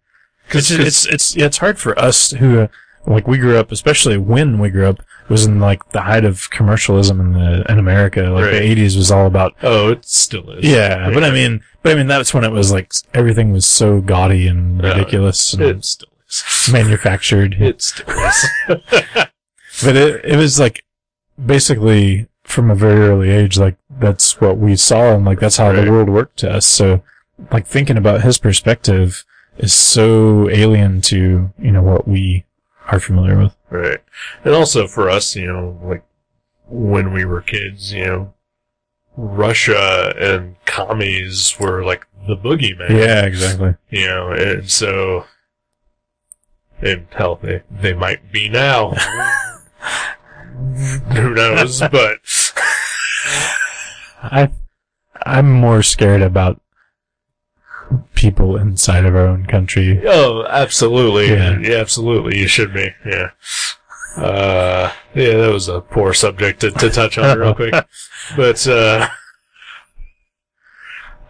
[SPEAKER 2] It's it's it's yeah, it's hard for us who uh, like we grew up, especially when we grew up was in like the height of commercialism in the in America. Like
[SPEAKER 1] Right.
[SPEAKER 2] the eighties was all about
[SPEAKER 1] oh, it still is.
[SPEAKER 2] yeah, but I mean, but I mean that's when it was like s- everything was so gaudy and
[SPEAKER 1] Yeah.
[SPEAKER 2] ridiculous and
[SPEAKER 1] It still is.
[SPEAKER 2] manufactured.
[SPEAKER 1] It still is.
[SPEAKER 2] but it it was like basically from a very early age, like that's what we saw and like that's how
[SPEAKER 1] Right.
[SPEAKER 2] the world worked to us. So like thinking about his perspective is so alien to, you know, what we are familiar with.
[SPEAKER 1] Right. And also for us, you know, like when we were kids, you know, Russia and commies were like the boogeyman.
[SPEAKER 2] Yeah, exactly.
[SPEAKER 1] You know, and so, and hell, they, they might be now. Who knows? But
[SPEAKER 2] I I'm more scared about people inside of our own country.
[SPEAKER 1] oh, absolutely,
[SPEAKER 2] Yeah.
[SPEAKER 1] yeah, absolutely, you should be. Yeah. Uh, yeah, that was a poor subject to, to touch on real quick. but uh,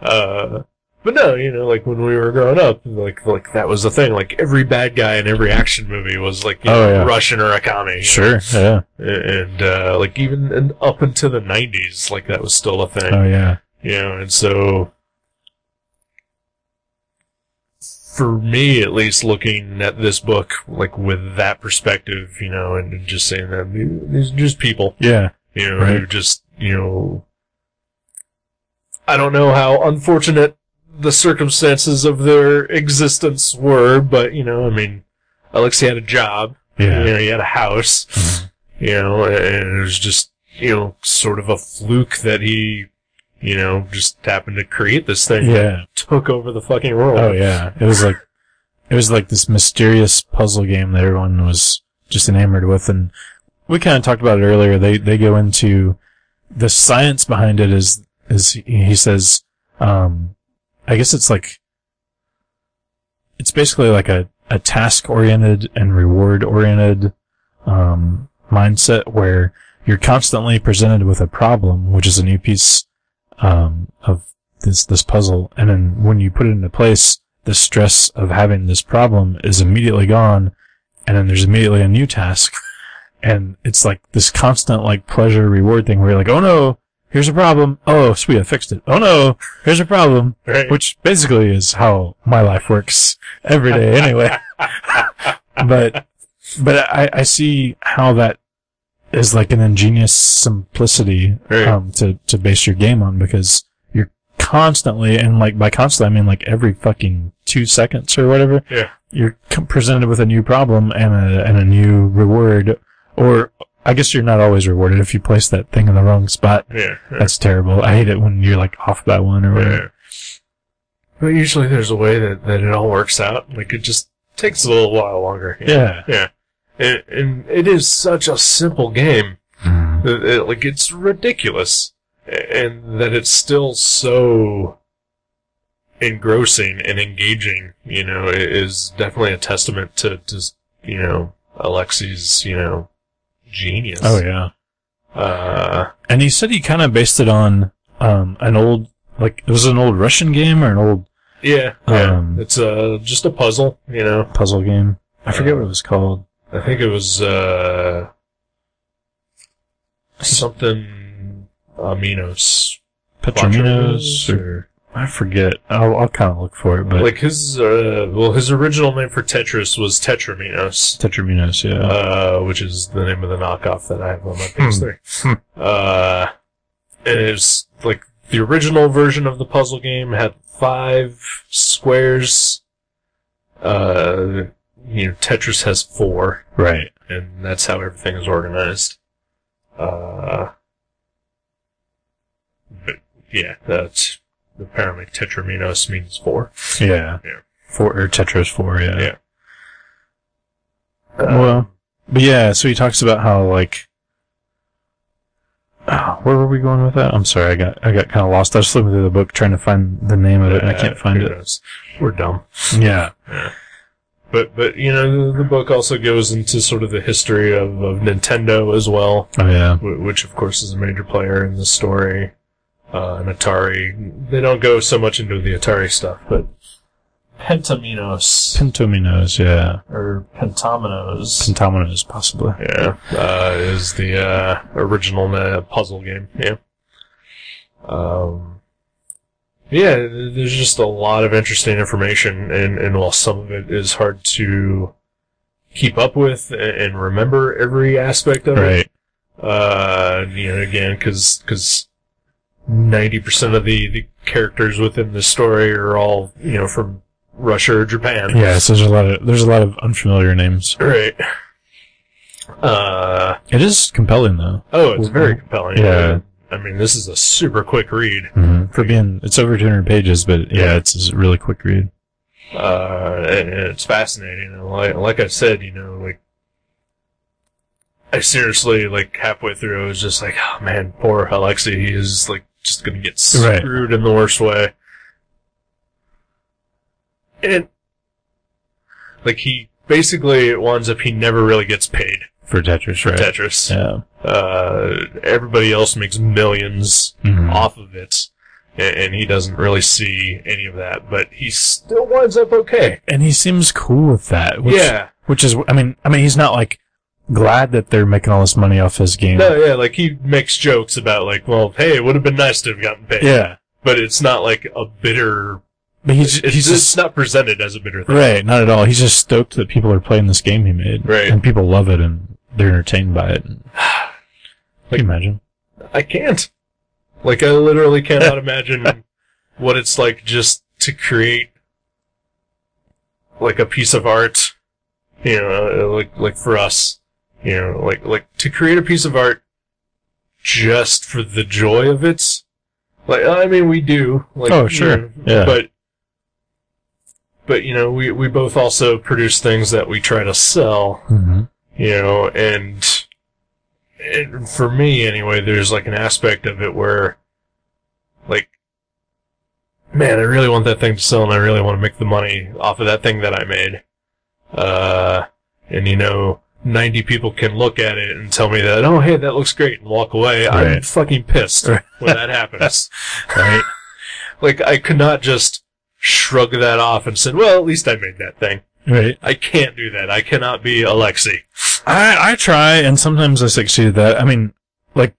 [SPEAKER 1] uh, but no, you know, like when we were growing up, like like that was the thing. Like every bad guy in every action movie was like you
[SPEAKER 2] Oh,
[SPEAKER 1] know,
[SPEAKER 2] yeah.
[SPEAKER 1] Russian or a commie. you
[SPEAKER 2] Sure. Yeah.
[SPEAKER 1] know? and uh, like even and up into the '90s, like that was still a thing.
[SPEAKER 2] Oh yeah.
[SPEAKER 1] You know, and so for me at least looking at this book like with that perspective you know and just saying that these are just people
[SPEAKER 2] Yeah.
[SPEAKER 1] you know,
[SPEAKER 2] Right.
[SPEAKER 1] who just, you know, I don't know how unfortunate the circumstances of their existence were, but, you know, I mean, Alexei had a job,
[SPEAKER 2] Yeah.
[SPEAKER 1] you know, he had a house,
[SPEAKER 2] Mhm.
[SPEAKER 1] you know, and it was just, you know, sort of a fluke that he, you know, just happened to create this thing that
[SPEAKER 2] Yeah.
[SPEAKER 1] took over the fucking world.
[SPEAKER 2] Oh yeah. It was like it was like this mysterious puzzle game that everyone was just enamored with and we kind of talked about it earlier. They they go into the science behind it is is he he says um I guess it's like it's basically like a, a task oriented and reward oriented um, mindset where you're constantly presented with a problem, which is a new piece um, of this this puzzle, and then when you put it into place, the stress of having this problem is immediately gone, and then there's immediately a new task, and it's like this constant like pleasure reward thing where you're like, oh no, here's a problem, oh sweet, I fixed it, oh no, here's a problem,
[SPEAKER 1] Right?
[SPEAKER 2] which basically is how my life works every day anyway. but but I, I see how that is like an ingenious simplicity
[SPEAKER 1] Right.
[SPEAKER 2] um, to to base your game on because you're constantly and like by constantly I mean like every fucking two seconds or whatever.
[SPEAKER 1] Yeah.
[SPEAKER 2] You're com- presented with a new problem and a and a new reward, or I guess you're not always rewarded if you place that thing in the wrong spot.
[SPEAKER 1] yeah. yeah,
[SPEAKER 2] That's terrible. I hate it when you're like off by one or whatever.
[SPEAKER 1] yeah. But usually there's a way that, that it all works out. Like it just takes a little while longer. you know?
[SPEAKER 2] Yeah.
[SPEAKER 1] and, and it is such a simple game. that it- like it's ridiculous, A- and that it's still so engrossing and engaging. You know, i- is definitely a testament to to you know Alexi's you know genius.
[SPEAKER 2] Oh yeah.
[SPEAKER 1] Uh,
[SPEAKER 2] And he said he kind of based it on um an old like it was an old Russian game or an old
[SPEAKER 1] yeah, yeah.
[SPEAKER 2] Um,
[SPEAKER 1] it's uh, just a puzzle. You know,
[SPEAKER 2] puzzle game. I
[SPEAKER 1] Uh,
[SPEAKER 2] forget what it was called.
[SPEAKER 1] I think it was uh, something Aminos.
[SPEAKER 2] Petrominos or
[SPEAKER 1] or
[SPEAKER 2] I forget. I'll, I'll kind of look for it, but
[SPEAKER 1] like his uh, well, his original name for Tetris was Tetraminos.
[SPEAKER 2] Tetrominos, yeah.
[SPEAKER 1] uh, which is the name of the knockoff that I have on my
[SPEAKER 2] Hmm.
[SPEAKER 1] PS3. uh, and it's like the original version of the puzzle game had five squares. Uh, you know, Tetris has four,
[SPEAKER 2] Right.
[SPEAKER 1] and that's how everything is organized. Uh, but yeah, that's apparently Tetraminos means four.
[SPEAKER 2] Yeah.
[SPEAKER 1] Yeah.
[SPEAKER 2] Four or Tetris four. Yeah.
[SPEAKER 1] Yeah.
[SPEAKER 2] Well, but yeah. So he talks about how like. Oh, where were we going with that? I'm sorry, I got I got kind of lost. I was flipping through the book trying to find the name of it, and I can't
[SPEAKER 1] Uh,
[SPEAKER 2] find
[SPEAKER 1] who
[SPEAKER 2] it.
[SPEAKER 1] knows? We're dumb.
[SPEAKER 2] Yeah,
[SPEAKER 1] But but you know, the, the book also goes into sort of the history of, of Nintendo as well.
[SPEAKER 2] oh yeah,
[SPEAKER 1] wh- which of course is a major player in the story. Uh, and Atari, they don't go so much into the Atari stuff, but Pentaminos
[SPEAKER 2] Pentominos, yeah,
[SPEAKER 1] or Pentaminos,
[SPEAKER 2] Pentaminos possibly.
[SPEAKER 1] yeah, uh, is the uh, original uh, puzzle game. Yeah. Um. Yeah, th- there's just a lot of interesting information, and, and while some of it is hard to keep up with and, and remember every aspect of it,
[SPEAKER 2] Right.
[SPEAKER 1] uh, you know, again, because ninety percent of the the characters within the story are all you know from Russia or Japan,
[SPEAKER 2] Yeah, so there's a lot of there's a lot of unfamiliar names.
[SPEAKER 1] right? Uh,
[SPEAKER 2] It is compelling though.
[SPEAKER 1] oh, it's very compelling.
[SPEAKER 2] Mm-hmm. Yeah.
[SPEAKER 1] I mean, this is a super quick read,
[SPEAKER 2] For being it's over 200 pages, but yeah, it's, it's a really quick read.
[SPEAKER 1] uh, and, and it's fascinating. And like, like I said, you know, like. I seriously, like halfway through, I was just like, "Oh man, poor Alexei. He is like just gonna get
[SPEAKER 2] Right.
[SPEAKER 1] screwed in the worst way." and like he basically it winds up he never really gets paid
[SPEAKER 2] For Tetris,
[SPEAKER 1] for
[SPEAKER 2] right?
[SPEAKER 1] Tetris.
[SPEAKER 2] Yeah.
[SPEAKER 1] Uh, everybody else makes 1000000s
[SPEAKER 2] Mhm.
[SPEAKER 1] off of it, and, and he doesn't really see any of that. But he still winds up okay.
[SPEAKER 2] And he seems cool with that. Which,
[SPEAKER 1] yeah,
[SPEAKER 2] Which is, I mean, I mean, he's not like glad that they're making all this money off his game.
[SPEAKER 1] no, yeah. Like he makes jokes about like, well, hey, it would have been nice to have gotten paid.
[SPEAKER 2] Yeah.
[SPEAKER 1] but it's not like a bitter.
[SPEAKER 2] But he's
[SPEAKER 1] It's,
[SPEAKER 2] he's
[SPEAKER 1] it's
[SPEAKER 2] just
[SPEAKER 1] not presented as a bitter thing.
[SPEAKER 2] right, not at all. He's just stoked that people are playing this game he made,
[SPEAKER 1] Right.
[SPEAKER 2] And people love it and they're entertained by it. Can
[SPEAKER 1] Like-
[SPEAKER 2] you imagine?
[SPEAKER 1] I can't. Like, I literally cannot imagine what it's like just to create, like, a piece of art, you know, like, like for us, you know, like, like, to create a piece of art just for the joy of it. Like, I mean, we do. Like,
[SPEAKER 2] Oh,
[SPEAKER 1] you
[SPEAKER 2] sure.
[SPEAKER 1] know,
[SPEAKER 2] Yeah.
[SPEAKER 1] But, but, you know, we, we both also produce things that we try to sell
[SPEAKER 2] Mm-hmm.
[SPEAKER 1] you know, and, and for me anyway, there's like an aspect of it where, like, man, I really want that thing to sell, and I really want to make the money off of that thing that I made. Uh, and you know, ninety people can look at it and tell me that, oh, hey, that looks great, and walk away. I'm
[SPEAKER 2] Right.
[SPEAKER 1] fucking pissed
[SPEAKER 2] Right.
[SPEAKER 1] when that happens.
[SPEAKER 2] Right.
[SPEAKER 1] Like, I could not just shrug that off and said, well, at least I made that thing.
[SPEAKER 2] right.
[SPEAKER 1] I can't do that. I cannot be Alexei.
[SPEAKER 2] I I try, and sometimes I succeed at that. I mean, like,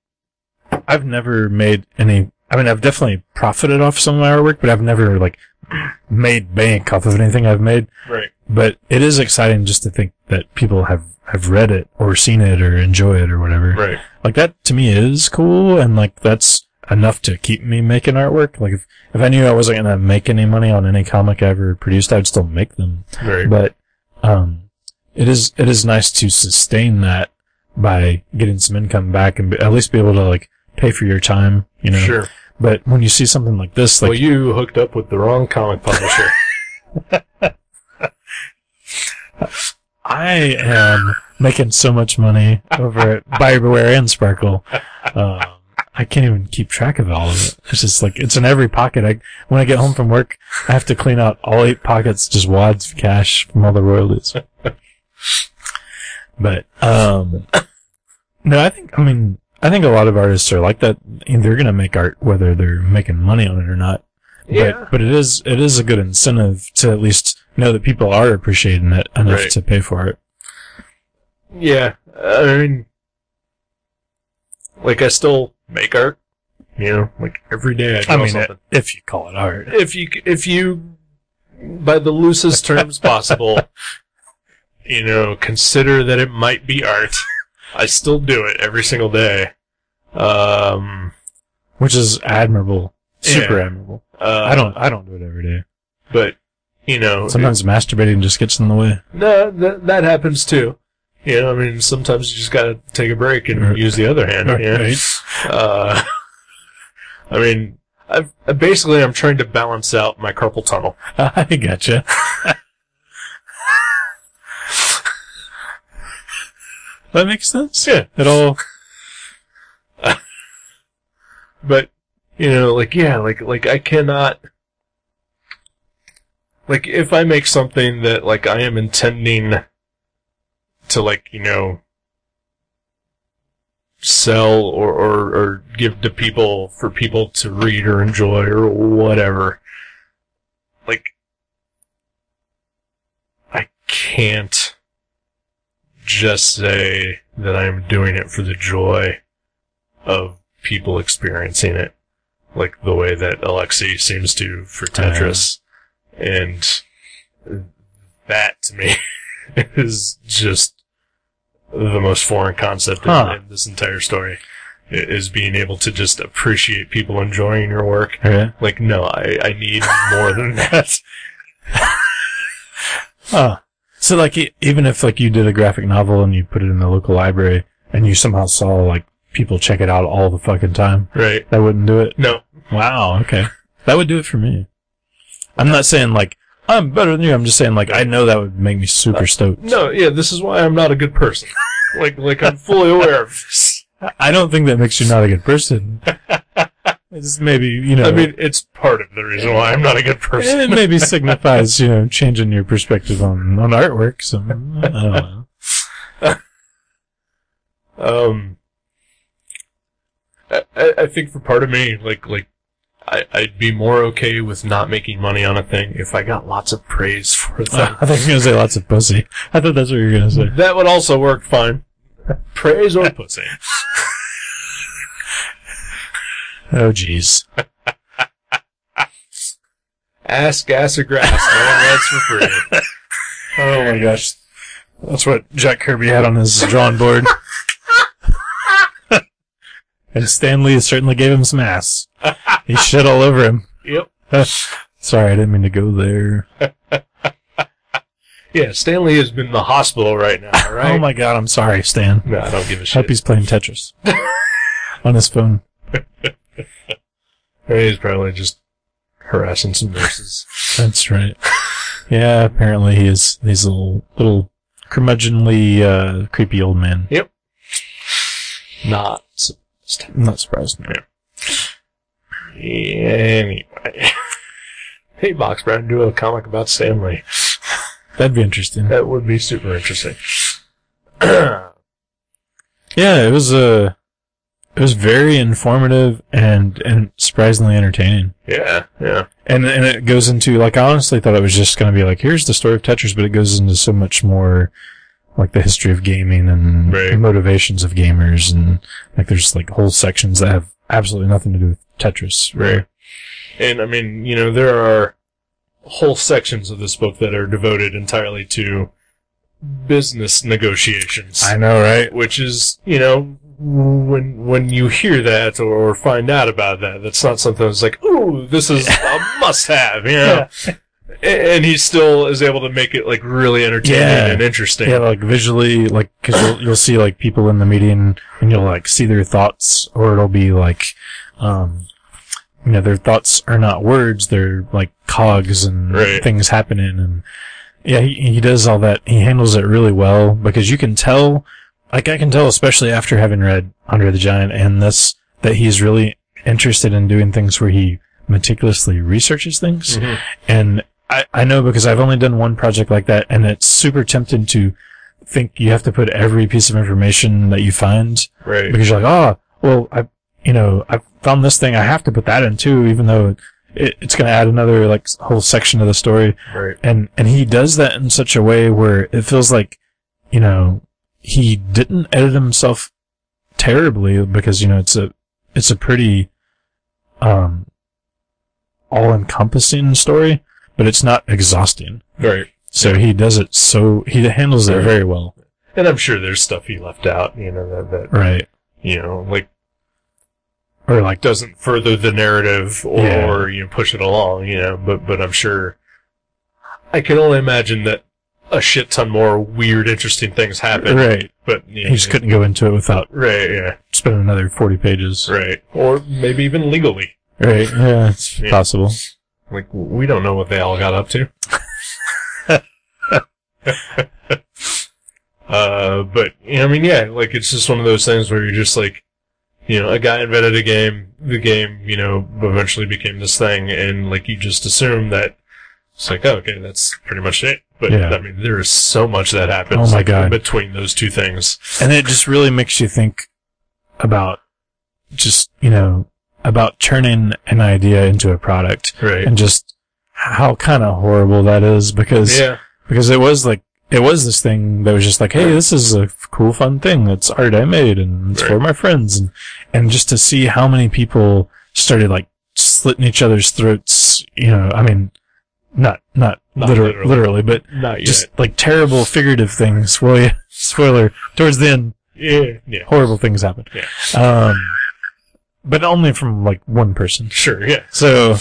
[SPEAKER 2] I've never made any. I mean, I've definitely profited off some of my artwork, but I've never like made bank off of anything I've made.
[SPEAKER 1] Right.
[SPEAKER 2] But it is exciting just to think that people have have read it or seen it or enjoy it or whatever.
[SPEAKER 1] Right.
[SPEAKER 2] Like that to me is cool, and like that's enough to keep me making artwork. Like if if I knew I wasn't gonna make any money on any comic I ever produced, I'd still make them
[SPEAKER 1] Right.
[SPEAKER 2] but um, it is it is nice to sustain that by getting some income back and be, at least be able to like pay for your time, you know.
[SPEAKER 1] Sure.
[SPEAKER 2] But when you see something like this, like
[SPEAKER 1] well, you hooked up with the wrong comic publisher.
[SPEAKER 2] I am making so much monny over at Bioware and Sparkle, um, I can't even keep track of all of it. It's just like it's in every pocket. I when I get home from work, I have to clean out all eight pockets, just wads of cash from all the royalties. But um, no, I think I mean I think a lot of artists are like that. They're gonna make art whether they're making money on it or not.
[SPEAKER 1] Yeah.
[SPEAKER 2] But, but it is it is a good incentive to at least know that people are appreciating it enough
[SPEAKER 1] Right.
[SPEAKER 2] to pay for it.
[SPEAKER 1] yeah. I mean, like, I still make art. You know, like every day I draw
[SPEAKER 2] I mean,
[SPEAKER 1] something.
[SPEAKER 2] if you call it art,
[SPEAKER 1] if you, if you, by the loosest terms possible, you know, consider that it might be art. I still do it every single day. Um,
[SPEAKER 2] which is admirable, super admirable.
[SPEAKER 1] uh,
[SPEAKER 2] I don't I don't do it every day.
[SPEAKER 1] but you know,
[SPEAKER 2] Sometimes masturbating just gets in the way.
[SPEAKER 1] no, th- that happens too. You know, I mean, sometimes you just gotta take a break and
[SPEAKER 2] Right.
[SPEAKER 1] use the other hand. yeah. Uh, I mean, I've, I basically I'm trying to balance out my carpal tunnel.
[SPEAKER 2] I gotcha. that makes sense.
[SPEAKER 1] Yeah.
[SPEAKER 2] It all
[SPEAKER 1] But you know, like yeah, like like I cannot like if I make something that like I am intending to like, you know sell or, or, or give to people for people to read or enjoy or whatever. Like I can't just say that I'm doing it for the joy of people experiencing it, like the way that Alexei seems to for Tetris, and that to me is just the most foreign concept in-
[SPEAKER 2] Huh.
[SPEAKER 1] in this entire story. i- Is being able to just appreciate people enjoying your work.
[SPEAKER 2] okay.
[SPEAKER 1] Like, no, I, I need more than that.
[SPEAKER 2] Oh. So like e- even if like you did a graphic novel and you put it in the local library and you somehow saw like people check it out all the fucking time,
[SPEAKER 1] Right.
[SPEAKER 2] that wouldn't do it.
[SPEAKER 1] No.
[SPEAKER 2] Wow, okay. That would do it for me. I'm not saying like I'm better than you. I'm just saying like I know that would make me super stoked.
[SPEAKER 1] No, yeah, this is why I'm not a good person. like, like I'm fully aware of this.
[SPEAKER 2] I don't think that makes you not a good person. It's maybe you know.
[SPEAKER 1] I mean, it's part of the reason why I'm not a good person.
[SPEAKER 2] it maybe signifies you know changing your perspective on on artwork. So I don't know.
[SPEAKER 1] Um, I, I I think for part of me, like, like, I, I'd be more okay with not making money on a thing if I got lots of praise for
[SPEAKER 2] I
[SPEAKER 1] them.
[SPEAKER 2] thought you were gonna say lots of pussy. I thought that's what you were gonna say.
[SPEAKER 1] that would also work fine. Praise or pussy.
[SPEAKER 2] Oh jeez.
[SPEAKER 1] Ass, gas, or grass. No one writes for free.
[SPEAKER 2] Oh my gosh. That's what Jack Kirby had on his drawing board. and Stanley certainly gave him some ass. He shit all over him.
[SPEAKER 1] Yep.
[SPEAKER 2] Sorry, I didn't mean to go there.
[SPEAKER 1] Yeah, Stanley has been in the hospital right now, all right?
[SPEAKER 2] Oh my god, I'm sorry, Stan.
[SPEAKER 1] No, I don't give a
[SPEAKER 2] Hope
[SPEAKER 1] shit.
[SPEAKER 2] he's playing Tetris on his phone.
[SPEAKER 1] He's probably just harassing some nurses.
[SPEAKER 2] That's right. Yeah, apparently he is. He's a little, little curmudgeonly, uh, creepy old man.
[SPEAKER 1] Not surprised.
[SPEAKER 2] I'm not surprised.
[SPEAKER 1] Anyway. hey, Box Brown, do a comic about Stanley.
[SPEAKER 2] That'd be interesting.
[SPEAKER 1] That would be super interesting.
[SPEAKER 2] Yeah, it was uh, it was very informative and and surprisingly entertaining.
[SPEAKER 1] yeah, yeah.
[SPEAKER 2] And and it goes into like I honestly thought it was just going to be like here's the story of Tetris, but it goes into so much more like the history of gaming and
[SPEAKER 1] Right.
[SPEAKER 2] the motivations of gamers and like there's like whole sections that have absolutely nothing to do with Tetris.
[SPEAKER 1] Right. And I mean, you know, there are whole sections of this book that are devoted entirely to business negotiations.
[SPEAKER 2] I know, right?
[SPEAKER 1] which is, you know, when when you hear that or find out about that, that's not something that's like, ooh, this is a must-have, you know. A- And he still is able to make it like really entertaining
[SPEAKER 2] Yeah.
[SPEAKER 1] and interesting.
[SPEAKER 2] Yeah, like visually, like because you'll, you'll see like people in the meeting, and you'll like see their thoughts, or it'll be like, um, you know, their thoughts are not words; they're like cogs and
[SPEAKER 1] Right.
[SPEAKER 2] things happening. And yeah, he, he does all that. He handles it really well because you can tell, like I can tell, especially after having read Under the Giant and this, that he's really interested in doing things where he meticulously researches things
[SPEAKER 1] Mhm.
[SPEAKER 2] and I, I know because I've only done one project like that, and it's super tempting to think you have to put every piece of information that you find
[SPEAKER 1] Right.
[SPEAKER 2] because you're like, oh, well, I, you know, I found this thing, I have to put that in too, even though it, it's going to add another like s- whole section to the story,
[SPEAKER 1] Right.
[SPEAKER 2] and and he does that in such a way where it feels like, you know, he didn't edit himself terribly because you know it's a it's a pretty um all encompassing story, but it's not exhausting.
[SPEAKER 1] Right.
[SPEAKER 2] So he does it so he handles it very well.
[SPEAKER 1] And I'm sure there's stuff he left out, you know, that, that
[SPEAKER 2] Right.
[SPEAKER 1] you know, like
[SPEAKER 2] Or like
[SPEAKER 1] doesn't further the narrative or,
[SPEAKER 2] Yeah.
[SPEAKER 1] or you know, push it along, you know, but but I'm sure I can only imagine that a shit ton more weird, interesting things happened.
[SPEAKER 2] Right.
[SPEAKER 1] But yeah,
[SPEAKER 2] He just couldn't go into it without
[SPEAKER 1] Right. Yeah.
[SPEAKER 2] spending another 40 pages.
[SPEAKER 1] Right. Or maybe even legally.
[SPEAKER 2] Right, Yeah, it's
[SPEAKER 1] Yeah.
[SPEAKER 2] possible.
[SPEAKER 1] Like we don't know what they all got up to. uh, but I mean, yeah, like it's just one of those things where you're just like, you know, a guy invented a game. The game, you know, eventually became this thing, and like you just assume that it's like, oh, okay, that's pretty much it. But
[SPEAKER 2] Yeah.
[SPEAKER 1] I mean, there is so much that happens.
[SPEAKER 2] Oh my
[SPEAKER 1] like,
[SPEAKER 2] God.
[SPEAKER 1] Between those two things,
[SPEAKER 2] And it just really makes you think about just, you know, about turning an idea into a product
[SPEAKER 1] right?
[SPEAKER 2] and just how kind of horrible that is because,
[SPEAKER 1] yeah,
[SPEAKER 2] because it was like, it was this thing that was just like, hey, this is a f- cool, fun thing. It's art I made and it's for my friends. And, and just to see how many people started like slitting each other's throats, you know, I mean, not, not,
[SPEAKER 1] Not
[SPEAKER 2] liter-
[SPEAKER 1] literally.
[SPEAKER 2] literally, but
[SPEAKER 1] not yet.
[SPEAKER 2] just like terrible figurative things. Well, yeah, spoiler. Towards the end,
[SPEAKER 1] yeah, yeah,
[SPEAKER 2] horrible things happen. Um, but only from like one person.
[SPEAKER 1] sure, yeah,
[SPEAKER 2] So,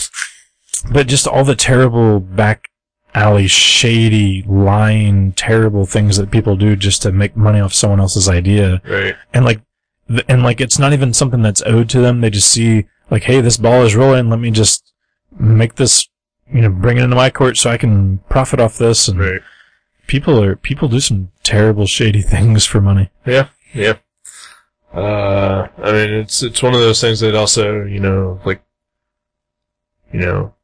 [SPEAKER 2] but just all the terrible back alley, shady, lying, terrible things that people do just to make money off someone else's idea,
[SPEAKER 1] right,
[SPEAKER 2] and like, th- and like it's not even something that's owed to them. They just see like, hey, this ball is rolling. Let me just make this. You know, bring it into my court so I can profit off this, and
[SPEAKER 1] right.
[SPEAKER 2] people are people do some terrible shady things for money.
[SPEAKER 1] Yeah, yeah. Uh, I mean, it's it's one of those things that also, you know, like, you know,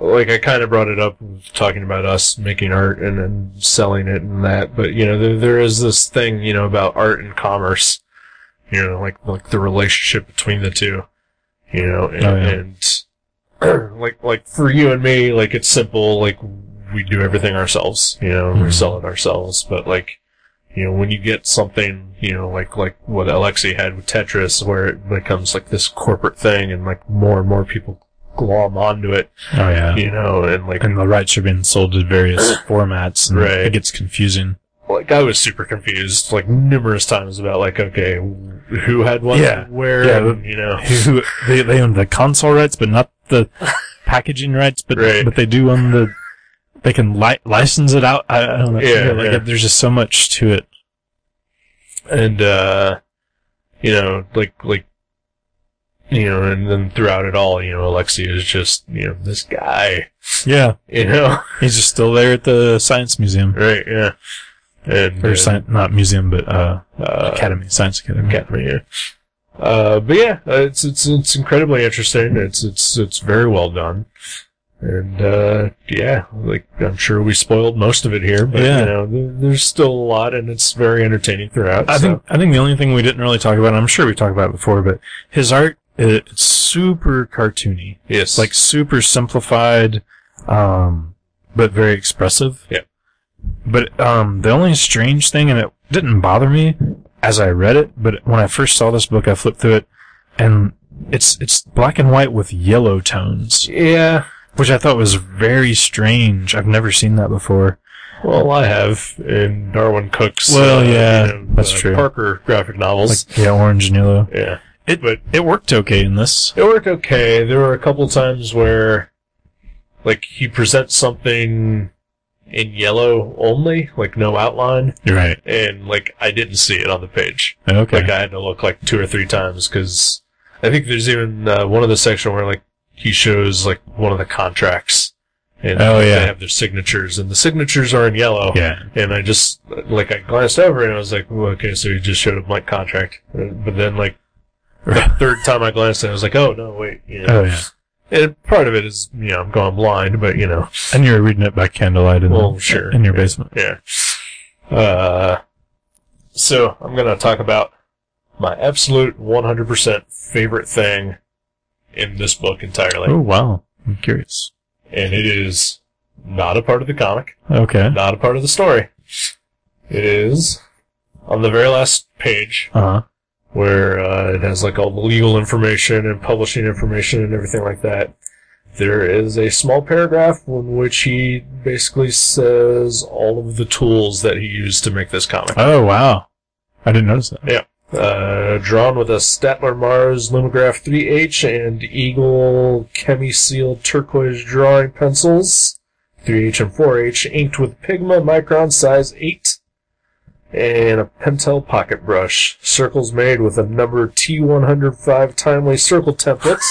[SPEAKER 1] like I kind of brought it up with talking about us making art and then selling it and that, but you know, there there is this thing, you know, about art and commerce, you know, like like the relationship between the two, you know, and,
[SPEAKER 2] Oh, yeah.
[SPEAKER 1] and like like for you and me, like it's simple, like we do everything ourselves, you know, and we
[SPEAKER 2] Mhm.
[SPEAKER 1] sell it ourselves, but like you know, when you get something, you know, like like what Alexi had with Tetris, where it becomes like this corporate thing, and like more and more people glom onto it,
[SPEAKER 2] Oh yeah.
[SPEAKER 1] you know, and like
[SPEAKER 2] And the rights are being sold to various formats and
[SPEAKER 1] Right.
[SPEAKER 2] it gets confusing.
[SPEAKER 1] like I was super confused, like numerous times about like okay, who had one,
[SPEAKER 2] Yeah.
[SPEAKER 1] where,
[SPEAKER 2] Yeah.
[SPEAKER 1] and, you know,
[SPEAKER 2] Who- they they own the console rights but not the packaging rights, but
[SPEAKER 1] Right.
[SPEAKER 2] but they do own the they can li- license it out. I, I don't know.
[SPEAKER 1] Yeah,
[SPEAKER 2] like,
[SPEAKER 1] yeah.
[SPEAKER 2] there's just so much to it.
[SPEAKER 1] and uh, you know, like like. You know, and then throughout it all, you know, Alexi is just, you know, this guy,
[SPEAKER 2] Yeah.
[SPEAKER 1] you know,
[SPEAKER 2] He's just still there at the science museum.
[SPEAKER 1] right? Yeah, and
[SPEAKER 2] Or
[SPEAKER 1] uh,
[SPEAKER 2] sci- not museum but uh,
[SPEAKER 1] uh,
[SPEAKER 2] academy, science academy.
[SPEAKER 1] Academy. Yeah. Uh, but yeah, uh, it's it's it's incredibly interesting. It's it's it's very well done, and uh, yeah, like I'm sure we spoiled most of it here, but
[SPEAKER 2] Yeah.
[SPEAKER 1] you know, th- there's still a lot, and it's very entertaining throughout.
[SPEAKER 2] I
[SPEAKER 1] so.
[SPEAKER 2] think I think the only thing we didn't really talk about, and I'm sure we talked about it before, but his art i- it's super cartoony,
[SPEAKER 1] yes,
[SPEAKER 2] like super simplified, um, but very expressive.
[SPEAKER 1] Yeah.
[SPEAKER 2] But um, the only strange thing, and it didn't bother me as I read it, but when I first saw this book, I flipped through it, and it's it's black and white with yellow tones,
[SPEAKER 1] yeah.
[SPEAKER 2] which I thought was very strange. I've never seen that before.
[SPEAKER 1] Well, I have in Darwin Cook's.
[SPEAKER 2] Well,
[SPEAKER 1] uh,
[SPEAKER 2] yeah,
[SPEAKER 1] you know,
[SPEAKER 2] that's
[SPEAKER 1] uh,
[SPEAKER 2] true.
[SPEAKER 1] Parker graphic novels.
[SPEAKER 2] Like yeah, orange and yellow.
[SPEAKER 1] yeah,
[SPEAKER 2] It
[SPEAKER 1] but
[SPEAKER 2] it worked okay in this.
[SPEAKER 1] It worked okay. There were a couple times where, like, he presents something in yellow only, like no outline,
[SPEAKER 2] Right.
[SPEAKER 1] and like I didn't see it on the page.
[SPEAKER 2] Okay.
[SPEAKER 1] Like I had to look like two or three times because I think there's even uh, one of the section where like he shows like one of the contracts, and
[SPEAKER 2] Oh, yeah.
[SPEAKER 1] they have their signatures, and the signatures are in yellow.
[SPEAKER 2] yeah.
[SPEAKER 1] And I just like I glanced over and I was like, well, okay, so he just showed a blank contract. Uh, But then like the third time I glanced, at it, I was like, oh no, wait. You know.
[SPEAKER 2] Oh yeah,
[SPEAKER 1] And part of it is you know I'm going blind, but you know,
[SPEAKER 2] and you were reading it by candlelight in,
[SPEAKER 1] Well, sure.
[SPEAKER 2] in your basement.
[SPEAKER 1] yeah. Uh, so I'm gonna talk about my absolute 100% favorite thing in this book entirely,
[SPEAKER 2] Oh wow, I'm curious.
[SPEAKER 1] and it is not a part of the comic.
[SPEAKER 2] Okay.
[SPEAKER 1] not a part of the story. It is on the very last page
[SPEAKER 2] Uh huh.
[SPEAKER 1] where uh, it has like all the legal information and publishing information and everything like that. There is a small paragraph in which he basically says all of the tools that he used to make this comic.
[SPEAKER 2] Oh wow, I didn't notice that.
[SPEAKER 1] Yeah. Uh, drawn with a Statler Mars Lomograph 3H and Eagle Chemi Seal turquoise drawing pencils, 3H and 4H, inked with Pigma Micron size 8, and a Pentel pocket brush. Circles made with a number T105 timely circle templates.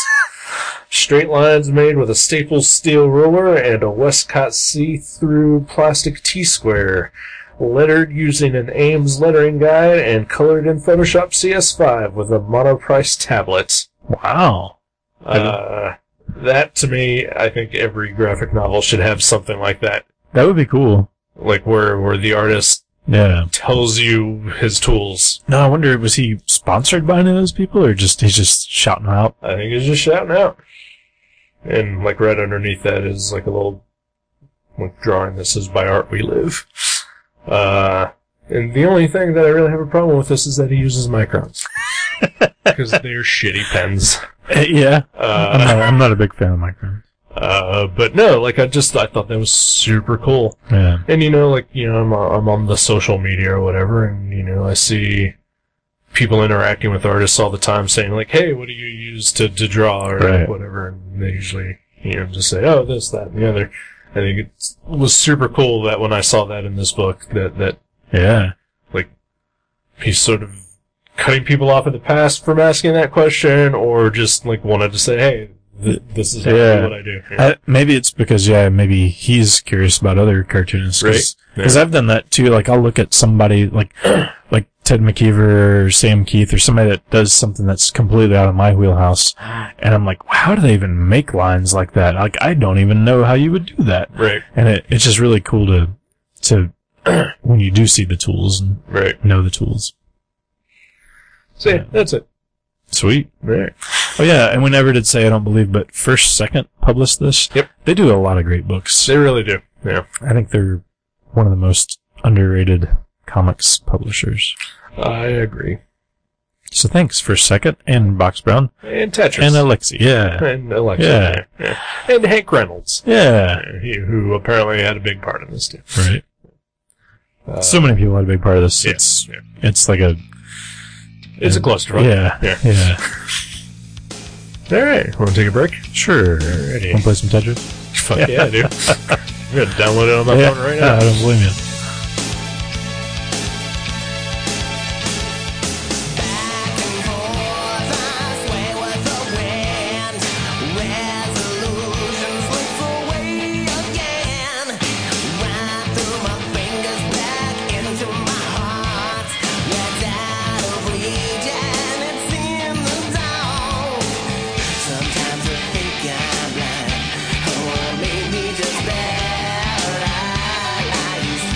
[SPEAKER 1] Straight lines made with a Staples steel ruler and a Westcott see-through plastic T-square lettered using an Ames lettering guide and colored in Photoshop CS5 with a monoprice tablet.
[SPEAKER 2] Wow.
[SPEAKER 1] Uh, that to me, I think every graphic novel should have something like that,
[SPEAKER 2] That would be cool.
[SPEAKER 1] like where where the artist
[SPEAKER 2] Yeah.
[SPEAKER 1] tells you his tools.
[SPEAKER 2] No, I wonder was he sponsored by any of those people or just he's just shouting them out?
[SPEAKER 1] I think it's just shouting out, and like right underneath that is like a little like drawing that says "By Art We Live." Uh, and the only thing that I really have a problem with this is that he uses microns because they're shitty pens.
[SPEAKER 2] Eh, yeah. I'm,
[SPEAKER 1] Uh,
[SPEAKER 2] not, I'm not a big fan of Micron.
[SPEAKER 1] uh, but no, like I just I thought that was super cool.
[SPEAKER 2] Yeah.
[SPEAKER 1] And you know, like you know, I'm uh, I'm on the social media or whatever, and you know, I see people interacting with artists all the time, saying like, "Hey, what do you use to to draw or
[SPEAKER 2] Right.
[SPEAKER 1] whatever?" And they usually you know just say, "Oh, this, that, and the other." I think it was super cool that when I saw that in this book, that that
[SPEAKER 2] Yeah.
[SPEAKER 1] he's sort of cutting people off in the past from asking that question, or just like wanted to say, "Hey, th- this is how I do
[SPEAKER 2] Yeah.
[SPEAKER 1] what I do."
[SPEAKER 2] I, Uh, maybe it's because yeah, maybe he's curious about other cartoonists. Cause,
[SPEAKER 1] Right.
[SPEAKER 2] 'cause I've done that too. Like I'll look at somebody like like Ted McKeever or Sam Keith or somebody that does something that's completely out of my wheelhouse, and I'm like, how do they even make lines like that? Like I don't even know how you would do that.
[SPEAKER 1] Right,
[SPEAKER 2] And it, it's just really cool to to when you do see the tools and
[SPEAKER 1] right.
[SPEAKER 2] know the tools.
[SPEAKER 1] So yeah,
[SPEAKER 2] Yeah.
[SPEAKER 1] that's it.
[SPEAKER 2] Sweet.
[SPEAKER 1] Right.
[SPEAKER 2] Oh yeah, and we never did say I don't believe, but first, second published this.
[SPEAKER 1] Yep.
[SPEAKER 2] They do a lot of great books.
[SPEAKER 1] They really do. Yeah.
[SPEAKER 2] I think they're one of the most underrated comics publishers.
[SPEAKER 1] I agree.
[SPEAKER 2] So thanks for second and Box Brown
[SPEAKER 1] And Tetris.
[SPEAKER 2] and Alexi. Yeah.
[SPEAKER 1] and Alexa.
[SPEAKER 2] Yeah.
[SPEAKER 1] yeah. And Hank Reynolds,
[SPEAKER 2] Yeah.
[SPEAKER 1] he, who apparently had a big part in this too.
[SPEAKER 2] Right.
[SPEAKER 1] Uh,
[SPEAKER 2] So many people had a big part of this.
[SPEAKER 1] yeah,
[SPEAKER 2] It's
[SPEAKER 1] yeah.
[SPEAKER 2] it's like a
[SPEAKER 1] It's a clusterfuck.
[SPEAKER 2] yeah.
[SPEAKER 1] Yeah.
[SPEAKER 2] Yeah.
[SPEAKER 1] All right. Want to take a break?
[SPEAKER 2] Sure.
[SPEAKER 1] Alrighty.
[SPEAKER 2] Wanna play some Tetris?
[SPEAKER 1] Fuck yeah, dude. I'm gonna download it on my phone right now.
[SPEAKER 2] Uh, I don't blame you.
[SPEAKER 3] Sometimes I think I'm blind. Oh, it made me just paralyzed.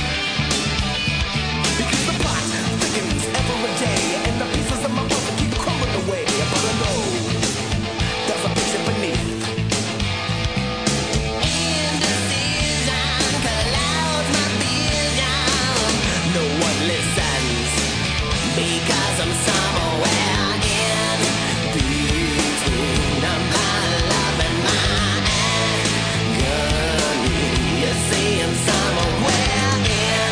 [SPEAKER 3] Because the plot thickens every day, and the pieces of my puzzle keep crumbling away. But I know there's a picture beneath. Indecision clouds my vision. No one listens because I'm somewhere in between. I'm my love and my agony. You see, I'm somewhere in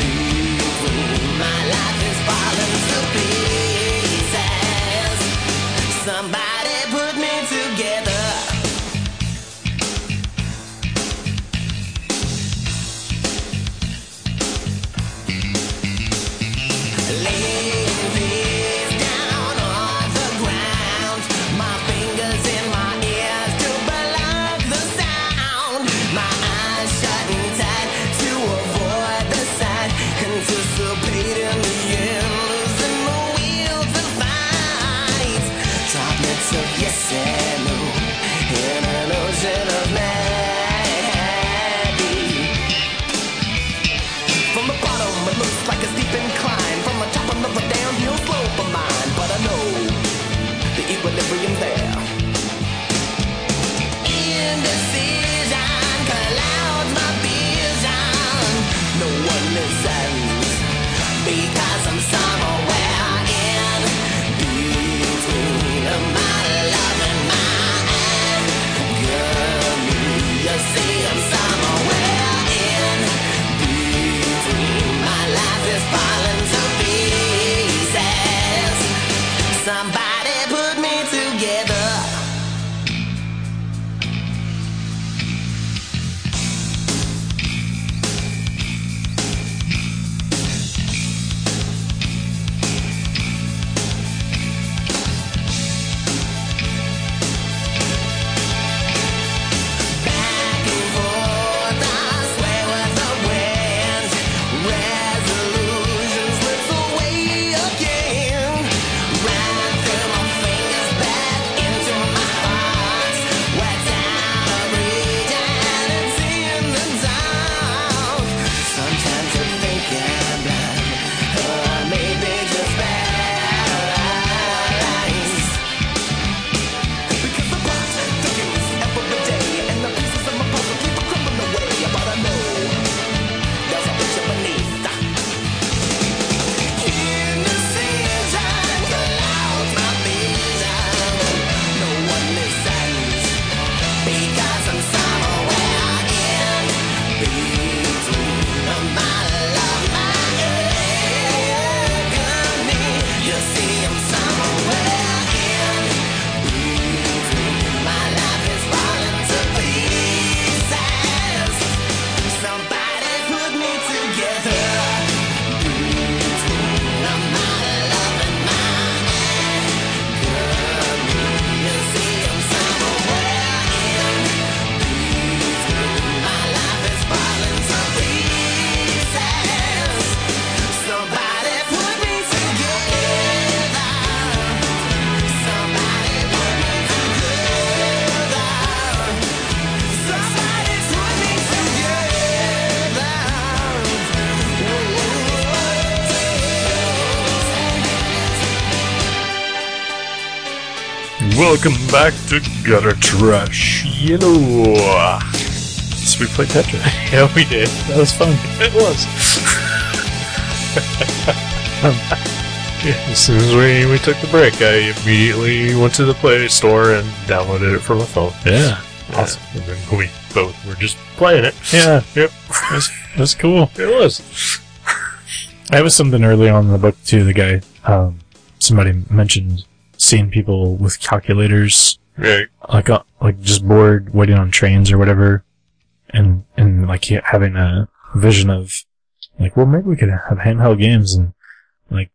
[SPEAKER 3] between. My life is falling to pieces. Somebody put me together. Yes and no in an ocean of madness. From the bottom, it looks like a steep incline. From the top, another downhill slope for mine. But I know the equilibrium's there. Indecision clouds my vision. No one listens because
[SPEAKER 1] Welcome back to Gutter Trash. uh, Yellow.
[SPEAKER 2] So we played Tetris.
[SPEAKER 1] Yeah, we did.
[SPEAKER 2] That was fun.
[SPEAKER 1] It was. yeah, as soon as we, we took the break, I immediately went to the Play Store and downloaded it from my phone.
[SPEAKER 2] Yeah.
[SPEAKER 1] Awesome. And then we both were just playing it.
[SPEAKER 2] Yeah.
[SPEAKER 1] Yep.
[SPEAKER 2] That's that's cool.
[SPEAKER 1] It was.
[SPEAKER 2] That was something early on in the book too. The guy, um, somebody mentioned seeing people with calculators,
[SPEAKER 1] Right.
[SPEAKER 2] like uh, like just bored, waiting on trains or whatever, and and like he- having a vision of like, well, maybe we could have handheld games and like,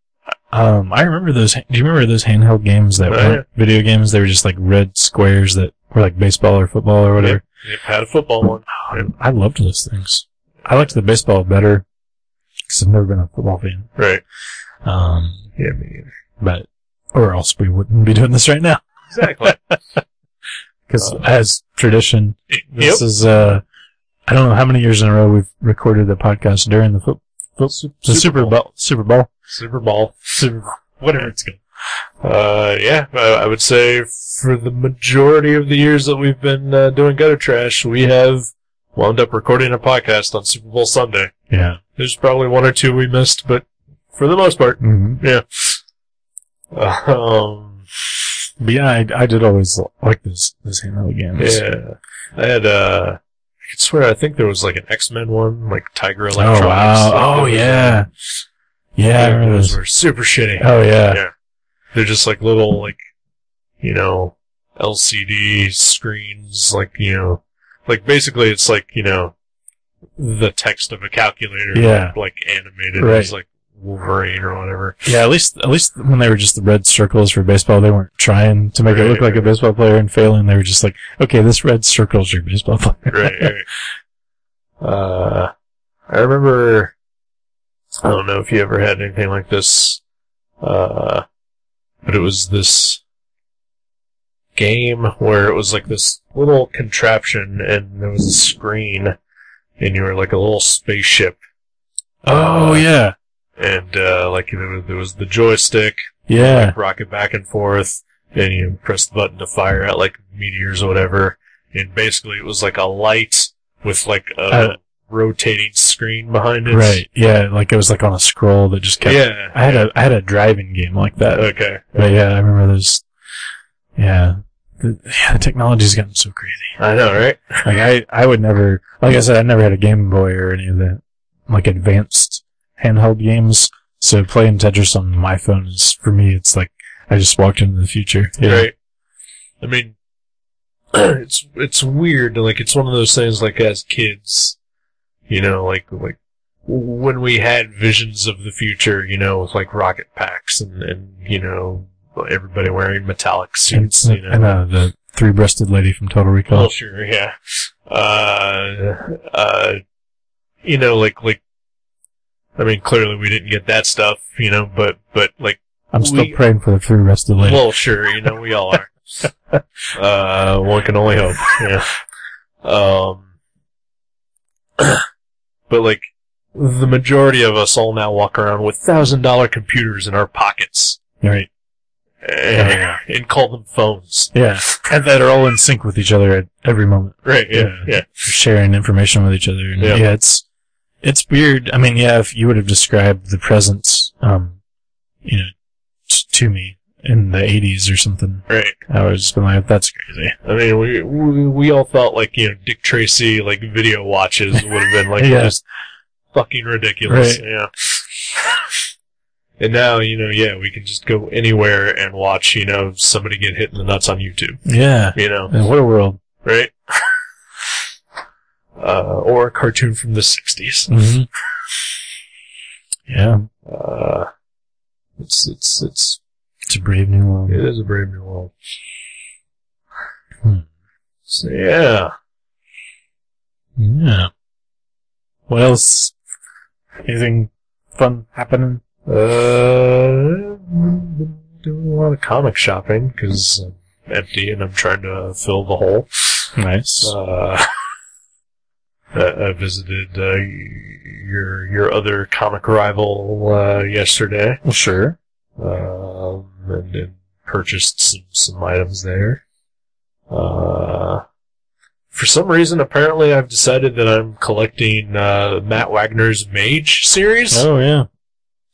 [SPEAKER 2] um, I remember those. Do you remember those handheld games that
[SPEAKER 1] Oh,
[SPEAKER 2] weren't video games? They were just like red squares that were like baseball or football or whatever.
[SPEAKER 1] Yep, had a football one. Yep.
[SPEAKER 2] I loved those things. I liked the baseball better because I've never been a football fan.
[SPEAKER 1] Right.
[SPEAKER 2] Um,
[SPEAKER 1] Yeah, me either.
[SPEAKER 2] but or else we wouldn't be doing this right now
[SPEAKER 1] Exactly.
[SPEAKER 2] because
[SPEAKER 1] Uh,
[SPEAKER 2] as tradition
[SPEAKER 1] yep.
[SPEAKER 2] this is uh i don't know how many years in a row we've recorded the podcast during the foot, foot the super bowl. super bowl
[SPEAKER 1] Super Bowl.
[SPEAKER 2] super bowl whatever it's called
[SPEAKER 1] Uh, yeah, I, I would say for the majority of the years that we've been uh, doing gutter trash, we have wound up recording a podcast on Super Bowl Sunday.
[SPEAKER 2] yeah
[SPEAKER 1] There's probably one or two we missed, but for the most part,
[SPEAKER 2] mm-hmm.
[SPEAKER 1] yeah. Um,
[SPEAKER 2] but yeah I, I did always like this this handheld games
[SPEAKER 1] yeah, I had uh, I could swear I think there was like an X Men one, like Tiger Electronics.
[SPEAKER 2] oh wow
[SPEAKER 1] Like,
[SPEAKER 2] oh
[SPEAKER 1] there was,
[SPEAKER 2] yeah yeah I
[SPEAKER 1] uh,
[SPEAKER 2] remember
[SPEAKER 1] those
[SPEAKER 2] those.
[SPEAKER 1] were super shitty.
[SPEAKER 2] oh yeah
[SPEAKER 1] They're just like little, like, you know, LCD screens, like, you know, like basically it's like, you know, the text of a calculator,
[SPEAKER 2] Yeah.
[SPEAKER 1] like animated
[SPEAKER 2] Right.
[SPEAKER 1] as like Wolverine or whatever.
[SPEAKER 2] yeah at least at least when they were just the red circles for baseball they weren't trying to make it look
[SPEAKER 1] Right,
[SPEAKER 2] like a baseball player and failing they were just like okay this red circle's your baseball player
[SPEAKER 1] Right, right. Uh, I remember, I don't know if you ever had anything like this, uh, but it was this game where it was like this little contraption and there was a screen and you were like a little spaceship.
[SPEAKER 2] oh
[SPEAKER 1] Uh,
[SPEAKER 2] yeah
[SPEAKER 1] And, uh, like there was, there was the joystick,
[SPEAKER 2] yeah
[SPEAKER 1] rocket back and forth, and you press the button to fire at like meteors or whatever. And basically, it was like a light with like a
[SPEAKER 2] Uh,
[SPEAKER 1] rotating screen behind it.
[SPEAKER 2] Right. Yeah, like it was like on a scroll that just kept.
[SPEAKER 1] Yeah.
[SPEAKER 2] I had a I had a driving game like that.
[SPEAKER 1] Okay.
[SPEAKER 2] but yeah, I remember those. Yeah. The, yeah, the technology's gotten so crazy.
[SPEAKER 1] I know, right?
[SPEAKER 2] Like I, I would never, like I said, I never had a Game Boy or any of the like advanced handheld games. So playing Tetris on my phone is for me, it's like I just walked into the future. Yeah.
[SPEAKER 1] Right. I mean, it's it's weird. Like it's one of those things. Like as kids, you know, like like when we had visions of the future, you know, with like rocket packs and and you know everybody wearing metallic
[SPEAKER 2] And,
[SPEAKER 1] suits, you know.
[SPEAKER 2] and uh, the three-breasted lady from Total Recall.
[SPEAKER 1] Well, sure, yeah. Uh, uh, you know, like, like, I mean, clearly we didn't get that stuff, you know, but, but, like,
[SPEAKER 2] I'm still
[SPEAKER 1] we-
[SPEAKER 2] praying for the three-breasted lady.
[SPEAKER 1] well, sure, you know, we all are. uh, one can only hope, yeah. Um, but, like, the majority of us all now walk around with thousand dollar computers in our pockets
[SPEAKER 2] right.
[SPEAKER 1] and, and call them phones.
[SPEAKER 2] Yeah. And that are all in sync with each other at every moment.
[SPEAKER 1] Right,
[SPEAKER 2] Yeah.
[SPEAKER 1] yeah.
[SPEAKER 2] sharing information with each other. And
[SPEAKER 1] Yeah.
[SPEAKER 2] yeah. it's it's weird. I mean, yeah, if you would have described the presence, um, you know, t- to me in the '80s or something,
[SPEAKER 1] yeah. Right.
[SPEAKER 2] I would have just been like, "That's crazy."
[SPEAKER 1] I mean, we, we we all thought like you know Dick Tracy like video watches would have been like
[SPEAKER 2] Yeah.
[SPEAKER 1] just fucking ridiculous,
[SPEAKER 2] Right.
[SPEAKER 1] yeah. and now you know, yeah, we can just go anywhere and watch you know somebody get hit in the nuts on YouTube,
[SPEAKER 2] Yeah,
[SPEAKER 1] you know,
[SPEAKER 2] and what a world.
[SPEAKER 1] right? uh, or a cartoon from the '60s.
[SPEAKER 2] hmm yeah,
[SPEAKER 1] Uh, it's it's it's
[SPEAKER 2] it's a brave new world.
[SPEAKER 1] it is a brave new world.
[SPEAKER 2] Hmm.
[SPEAKER 1] So yeah,
[SPEAKER 2] Yeah. What else? Anything fun happening?
[SPEAKER 1] Uh, been doing a lot of comic shopping because I'm empty and I'm trying to fill the hole.
[SPEAKER 2] Nice.
[SPEAKER 1] Uh, I I visited uh, your your other comic rival uh, yesterday,
[SPEAKER 2] sure.
[SPEAKER 1] um, and, and purchased some, some items there. Uh, for some reason, apparently, I've decided that I'm collecting uh, Matt Wagner's Mage series.
[SPEAKER 2] Oh yeah,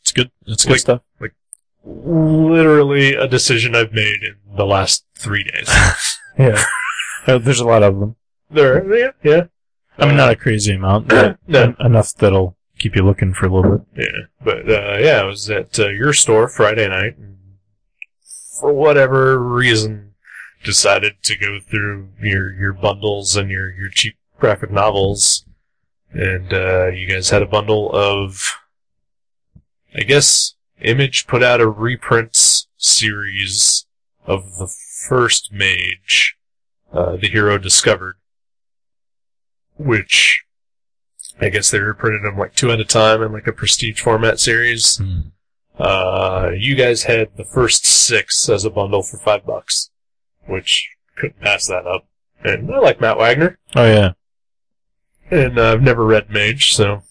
[SPEAKER 2] it's good. It's good
[SPEAKER 1] Like-
[SPEAKER 2] stuff.
[SPEAKER 1] Literally a decision I've made in the last three days.
[SPEAKER 2] Yeah, Uh, there's a lot of them.
[SPEAKER 1] there, yeah, yeah. Uh,
[SPEAKER 2] I mean, not a crazy amount, but
[SPEAKER 1] No.
[SPEAKER 2] enough that'll keep you looking for a little bit.
[SPEAKER 1] Yeah, but uh, yeah, I was at uh, your store Friday night, and for whatever reason, decided to go through your your bundles and your your cheap graphic novels, and uh, you guys had a bundle of, I guess, Image put out a reprints series of the first Mage, uh, the hero discovered, which I guess they reprinted them like two at a time in like a prestige format series.
[SPEAKER 2] Mm.
[SPEAKER 1] Uh, you guys had the first six as a bundle for five bucks, which couldn't pass that up. And I like Matt Wagner,
[SPEAKER 2] Oh yeah,
[SPEAKER 1] and uh, I've never read Mage, so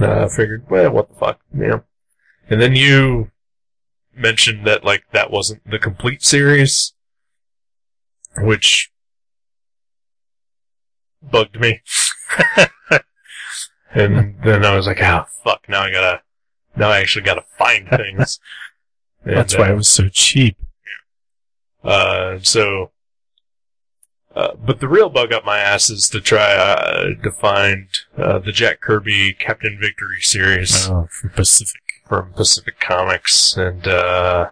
[SPEAKER 1] uh, I figured, well, what the fuck, yeah. And then you mentioned that like that wasn't the complete series, which bugged me. and then I was like, ah, fuck, now I gotta, now I actually gotta find things. And,
[SPEAKER 2] that's why it was so cheap.
[SPEAKER 1] uh, so, uh, but the real bug up my ass is to try uh, to find uh, the Jack Kirby Captain Victory series
[SPEAKER 2] Oh, for Pacific.
[SPEAKER 1] from Pacific Comics, and uh,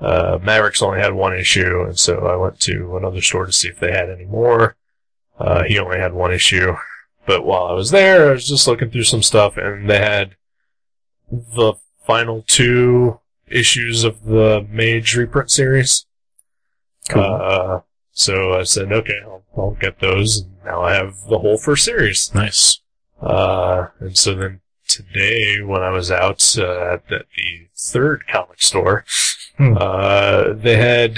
[SPEAKER 1] uh, Mavericks only had one issue, and so I went to another store to see if they had any more. Uh, he only had one issue, but while I was there, I was just looking through some stuff, and they had the final two issues of the Mage reprint series.
[SPEAKER 2] Cool.
[SPEAKER 1] Uh, so I said, okay, I'll, I'll get those. And now I have the whole first series.
[SPEAKER 2] Nice.
[SPEAKER 1] Uh, and so then today, when I was out uh, at the the third comic store,
[SPEAKER 2] Hmm.
[SPEAKER 1] uh, they had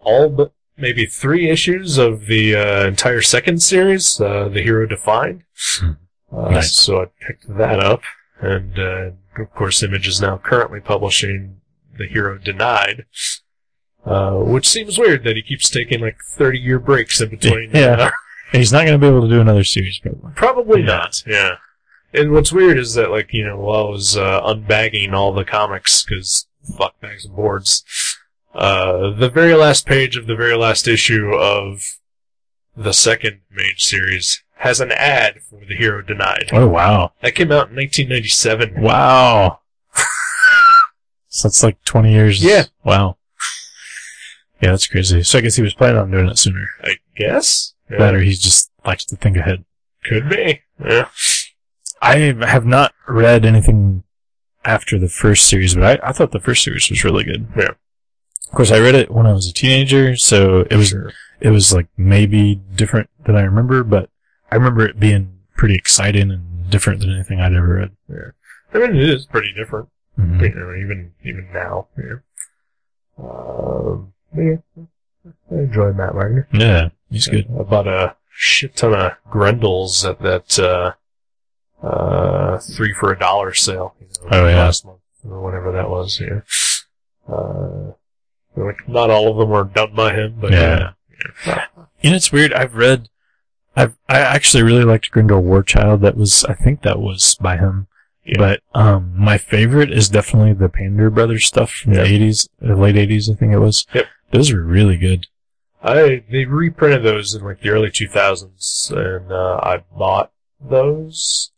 [SPEAKER 1] all but maybe three issues of the uh, entire second series, uh, The Hero Defined.
[SPEAKER 2] Hmm.
[SPEAKER 1] Uh,
[SPEAKER 2] Nice.
[SPEAKER 1] So I picked that up, and uh, of course, Image is now currently publishing The Hero Denied. Uh, which seems weird that he keeps taking like 30 year breaks in between
[SPEAKER 2] Yeah.
[SPEAKER 1] uh,
[SPEAKER 2] And he's not going to be able to do another series, probably.
[SPEAKER 1] Probably
[SPEAKER 2] Yeah.
[SPEAKER 1] not. Yeah. And what's weird is that, like, you know, while I was uh, unbagging all the comics, because fuck bags and boards, uh, the very last page of the very last issue of the second Mage series has an ad for The Hero Denied.
[SPEAKER 2] Oh wow,
[SPEAKER 1] That came out in 1997.
[SPEAKER 2] wow. so that's like twenty years.
[SPEAKER 1] Yeah.
[SPEAKER 2] Wow. Yeah, that's crazy. So I guess he was planning on doing it sooner.
[SPEAKER 1] I guess. Yeah,
[SPEAKER 2] That or he just likes to think ahead.
[SPEAKER 1] Could be. Yeah.
[SPEAKER 2] I have not read anything after the first series, but I, I thought the first series was really good.
[SPEAKER 1] Yeah.
[SPEAKER 2] Of course, I read it when I was a teenager, so it was it was like maybe different than I remember, but I remember it being pretty exciting and different than anything I'd ever read.
[SPEAKER 1] I mean, it is pretty different.
[SPEAKER 2] Mhm.
[SPEAKER 1] you know, even even now. You know. Um, yeah, I enjoy Matt Wagner.
[SPEAKER 2] Yeah, he's good.
[SPEAKER 1] I bought a shit ton of Grendels at that uh, uh, three for a dollar sale. You know,
[SPEAKER 2] Oh, yeah.
[SPEAKER 1] last month or whatever that was. Yeah. Uh, like not all of them were done by him, but
[SPEAKER 2] Yeah. And it's weird. I've read, I've I actually really liked Grindel War Child. That was I think that was by him.
[SPEAKER 1] Yeah.
[SPEAKER 2] But um, my favorite is definitely the Pander Brothers stuff from
[SPEAKER 1] Yeah.
[SPEAKER 2] the eighties, uh, late eighties, I think it was.
[SPEAKER 1] Yep.
[SPEAKER 2] Those were really good.
[SPEAKER 1] I they reprinted those in like the early two thousands, and uh, I bought those,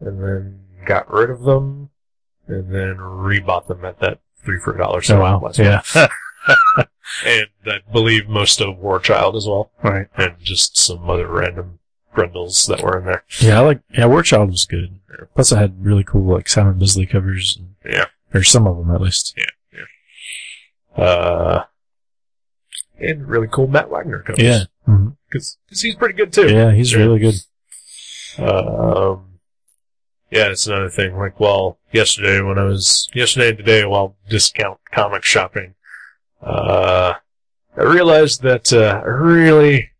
[SPEAKER 1] and then got rid of them, and then rebought them at that three for a dollar sale. last month.
[SPEAKER 2] Oh, Yeah.
[SPEAKER 1] and I believe most of War Child as well,
[SPEAKER 2] right.
[SPEAKER 1] and just some other random Grendels that were in there.
[SPEAKER 2] Yeah, I like yeah, War Child was good. Plus, I had really cool like Simon Bisley covers. and-
[SPEAKER 1] Yeah.
[SPEAKER 2] Or some of them at least.
[SPEAKER 1] Uh, and really cool Matt Wagner covers.
[SPEAKER 2] Yeah. Mhm.
[SPEAKER 1] because he's pretty good too.
[SPEAKER 2] Yeah, he's
[SPEAKER 1] Yeah.
[SPEAKER 2] really good.
[SPEAKER 1] Um, yeah, it's another thing. Like, well, yesterday when I was yesterday and today while discount comic shopping, uh, I realized that uh, I really,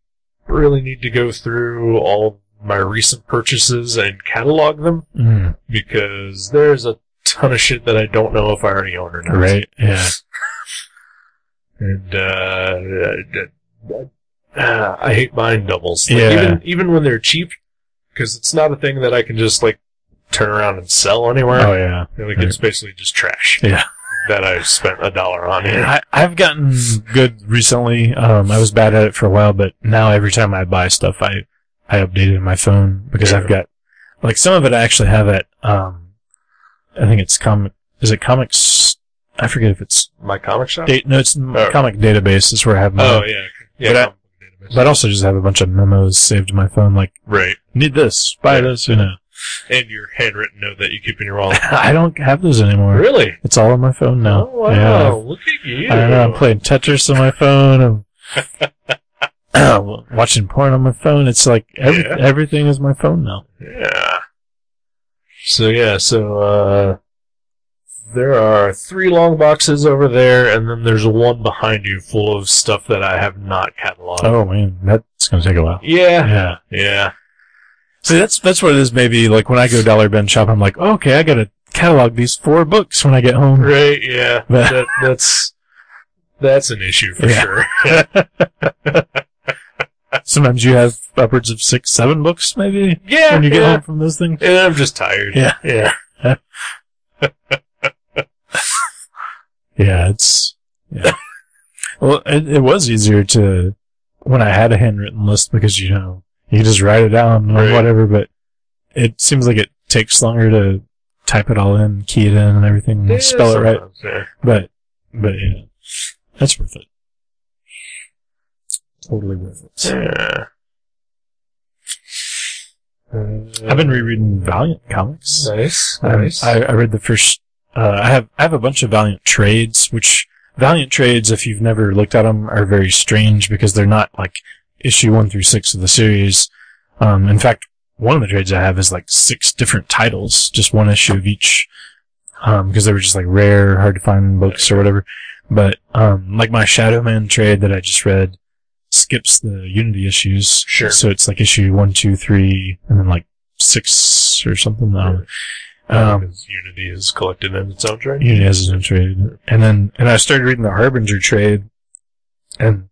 [SPEAKER 1] really need to go through all my recent purchases and catalog them
[SPEAKER 2] Mm,
[SPEAKER 1] because there's a ton of shit that I don't know if I already own or not.
[SPEAKER 2] right. Yeah.
[SPEAKER 1] And uh, uh, I hate buying doubles. Like,
[SPEAKER 2] Yeah.
[SPEAKER 1] Even even when they're cheap, because it's not a thing that I can just like turn around and sell anywhere.
[SPEAKER 2] Oh yeah.
[SPEAKER 1] Like it's basically just trash.
[SPEAKER 2] Yeah.
[SPEAKER 1] That I spent a dollar on.
[SPEAKER 2] And I, I've gotten good recently. Um, I was bad at it for a while, but now every time I buy stuff, I, I update it in my phone because I've got, like, some of it I actually have at, um, I think it's comic, is it comics? I forget if it's
[SPEAKER 1] My comic shop.
[SPEAKER 2] date, no, it's
[SPEAKER 1] Oh.
[SPEAKER 2] comic database is where I have my,
[SPEAKER 1] Oh yeah. Yeah.
[SPEAKER 2] uh, But I-
[SPEAKER 1] comic book database.
[SPEAKER 2] but I also just have a bunch of memos saved to my phone, like,
[SPEAKER 1] right.
[SPEAKER 2] need this, buy this, you know.
[SPEAKER 1] And your handwritten note that you keep in your wallet.
[SPEAKER 2] I don't have those anymore.
[SPEAKER 1] really?
[SPEAKER 2] It's all on my phone now.
[SPEAKER 1] Oh, wow.
[SPEAKER 2] Yeah,
[SPEAKER 1] Look at you.
[SPEAKER 2] I don't know. I'm playing Tetris on my phone. I'm watching porn on my phone. It's like every,
[SPEAKER 1] Yeah.
[SPEAKER 2] everything is my phone now.
[SPEAKER 1] Yeah. So yeah, so uh there are three long boxes over there and then there's one behind you full of stuff that I have not cataloged.
[SPEAKER 2] Oh man, that's gonna take a while.
[SPEAKER 1] Yeah.
[SPEAKER 2] Yeah.
[SPEAKER 1] Yeah.
[SPEAKER 2] See, that's that's what it is. Maybe like when I go dollar bin shop, I'm like, okay, I gotta catalog these four books when I get home.
[SPEAKER 1] Right, yeah.
[SPEAKER 2] But-
[SPEAKER 1] that, that's that's an issue for
[SPEAKER 2] Yeah.
[SPEAKER 1] sure.
[SPEAKER 2] Sometimes you have upwards of six, seven books maybe
[SPEAKER 1] yeah.
[SPEAKER 2] when you get
[SPEAKER 1] yeah.
[SPEAKER 2] home from those things.
[SPEAKER 1] And I'm just tired.
[SPEAKER 2] Yeah.
[SPEAKER 1] Yeah.
[SPEAKER 2] Yeah, it's yeah. well, it, it was easier to when I had a handwritten list because you know you could just write it down or
[SPEAKER 1] Right.
[SPEAKER 2] whatever. But it seems like it takes longer to type it all in, key it in, and everything,
[SPEAKER 1] Yeah,
[SPEAKER 2] Mm, spell it right.
[SPEAKER 1] sometimes, yeah.
[SPEAKER 2] But but yeah, that's worth it. Totally worth it.
[SPEAKER 1] Yeah. Uh,
[SPEAKER 2] I've been rereading Valiant comics.
[SPEAKER 1] nice,
[SPEAKER 2] Um,
[SPEAKER 1] nice.
[SPEAKER 2] I, I read the first. Uh, I have I have a bunch of Valiant trades, which Valiant trades, if you've never looked at them, are very strange because they're not like issue one through six of the series. Um, in fact, one of the trades I have is like six different titles, just one issue of each, um, because they were just like rare, hard to find books or whatever. But um, like my Shadow Man trade that I just read skips the Unity issues,
[SPEAKER 1] Sure.
[SPEAKER 2] So it's like issue one, two, three, and then like six or something. I don't know. Um,
[SPEAKER 1] because Unity is collected in its own trade.
[SPEAKER 2] Unity has his own trade. And then, and I started reading the Harbinger trade, and